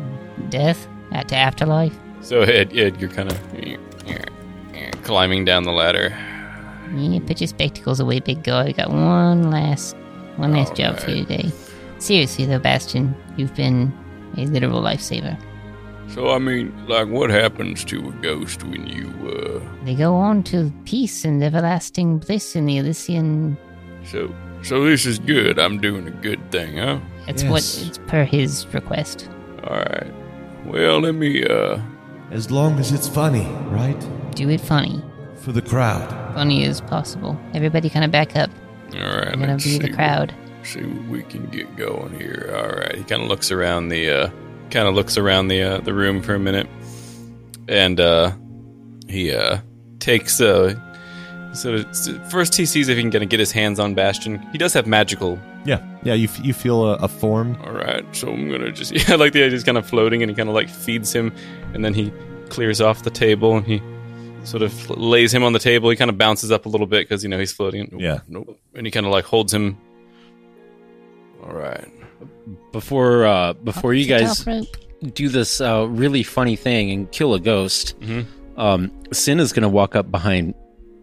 F: death, uh, to afterlife.
B: So Ed, Ed, you're kind of climbing down the ladder.
F: Yeah, put your spectacles away, big guy. I got one last, one last job for you today. Seriously though, Bastion, you've been a literal lifesaver.
B: So I mean, like, what happens to a ghost when you? uh
F: They go on to peace and everlasting bliss in the Elysian
B: So, so this is good. I'm doing a good thing, huh?
F: It's
G: Yes.
F: what it's per his request.
B: All right. Well, let me. uh
G: As long as it's funny, right?
F: Do it funny,
G: For the crowd.
F: funny as possible. Everybody, kind of back up.
B: All right.
F: I'm gonna
B: let's
F: be
B: see
F: the
B: what-
F: crowd.
B: see what we can get going here. All right. He kind of looks around the, uh, kind of looks around the uh, the room for a minute, and uh, he uh, takes uh, sort of s- first he sees if he can gonna get his hands on Bastion. He does have magical.
A: Yeah, yeah. You f- you feel a, a form.
B: All right. So I'm gonna just. Yeah, I like the idea. He's kind of floating, and he kind of like feeds him, and then he clears off the table, and he. Sort of lays him on the table. He kind of bounces up a little bit because you know he's floating. Nope,
A: Yeah.
B: Nope. And he kind of like holds him. All right.
E: Before uh, before you
F: It's a
E: guys
F: top rope.
E: do this uh, really funny thing and kill a ghost, um, Sin is gonna walk up behind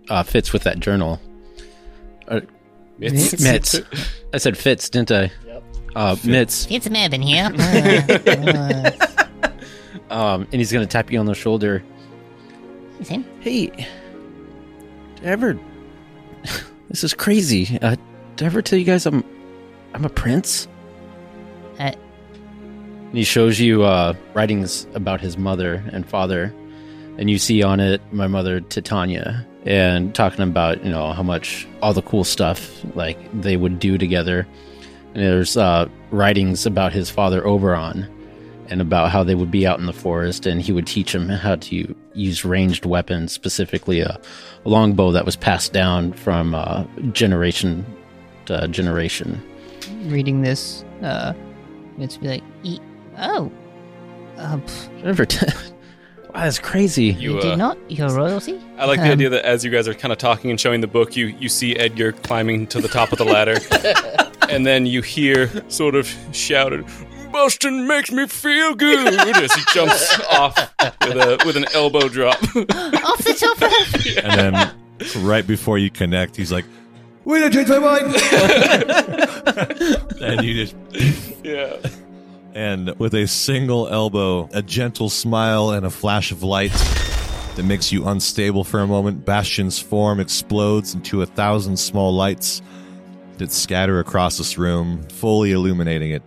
E: uh, Fitz with that journal.
B: It's,
E: Mitz, I said Fitz, didn't I? Yep. Uh, Mitz,
F: It's a mab in here. Uh, uh,
E: um, and he's gonna tap you on the shoulder.
F: it's him.
E: Hey, ever? This is crazy. Uh, did I ever tell you guys I'm I'm a prince?
F: Uh,
E: And he shows you uh, writings about his mother and father, and you see on it my mother Titania, and talking about you know how much all the cool stuff like they would do together. And there's uh, writings about his father Oberon, and about how they would be out in the forest, and he would teach him how to use ranged weapons, specifically a, a longbow that was passed down from uh, generation to generation.
D: Reading this, uh,
F: It's be like, e- oh, uh, pff,
E: Ever t- wow, that's crazy.
F: you,
B: You,
F: did
B: uh,
F: not your royalty.
B: I like the
F: Um,
B: idea that as you guys are kind of talking and showing the book, you, you see Edgar climbing to the top of the ladder, and then you hear sort of shouted, "Boston makes me feel good," as he jumps off with a with an elbow drop.
F: Off the top rope.
A: And then right before you connect, he's like,
G: Wait, I changed my mind!
A: and you just
B: yeah,
A: and with a single elbow, a gentle smile, and a flash of light that makes you unstable for a moment, Bastion's form explodes into a thousand small lights that scatter across this room, fully illuminating it.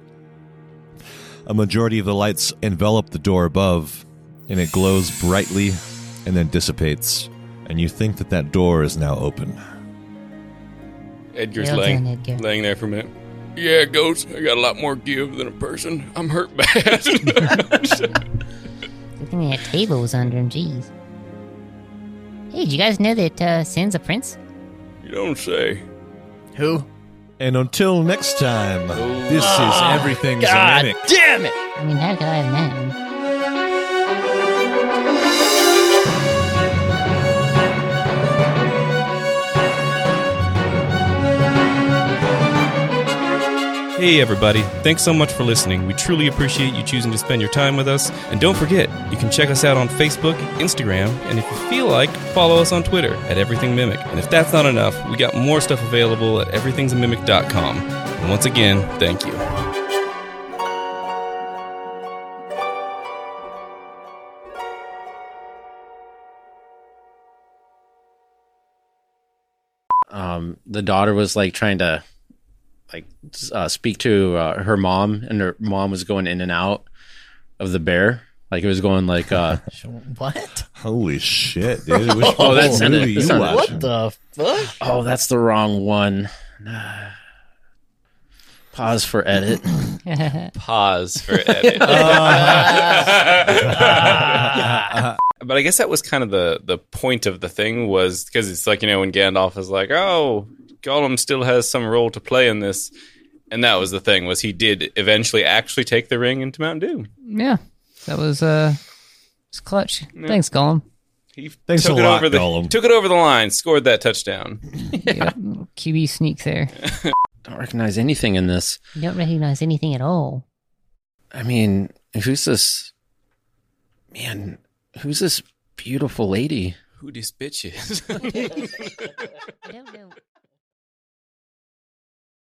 A: A majority of the lights envelop the door above, and it glows brightly and then dissipates. And you think that that door is now open.
B: Edgar's
F: Well
B: laying
F: done, Edgar.
B: laying there for a minute. Yeah, ghost. I got a lot more give than a person. I'm hurt bad.
F: Good thing that table was under him. Jeez. Hey, did you guys know that uh, Sin's a prince?
B: you don't say.
C: Who?
A: And until next time, this is Everything's
C: Ah, God
A: Anemic.
C: damn it!
F: I mean, how could I have known?
B: Hey, everybody. Thanks so much for listening. We truly appreciate you choosing to spend your time with us. And don't forget, you can check us out on Facebook, Instagram, and if you feel like, follow us on Twitter at Everything Mimic. And if that's not enough, we got more stuff available at everythingsmimic.com. And once again, thank you.
E: um, the daughter was like trying to like s- uh, speak to uh, her mom, and her mom was going in and out of the bear. Like it was going like, uh,
C: What?
A: Holy shit, dude! Which
E: Oh, that's
A: movie
E: not it.
A: you
E: That's not it.
A: watching?
C: What the fuck?
E: "Oh, that's the wrong one." Pause for edit.
B: Pause for
A: Oh.
B: edit. but I guess that was kind of the the point of the thing was because it's like you know when Gandalf is like, oh, Gollum still has some role to play in this, and that was the thing was he did eventually actually take the ring into Mountain Dew.
D: Yeah, that was uh, it's clutch. Thanks, Gollum.
B: He
A: Thanks
B: took
A: a
B: it
A: lot,
B: over the
A: Gollum.
B: took it over the line, scored that touchdown.
D: Yeah, QB E sneak there.
E: Don't recognize anything in this.
F: You don't recognize anything at all.
E: I mean, who's this? Man, who's this beautiful lady?
B: Who this bitch is?
F: I don't know.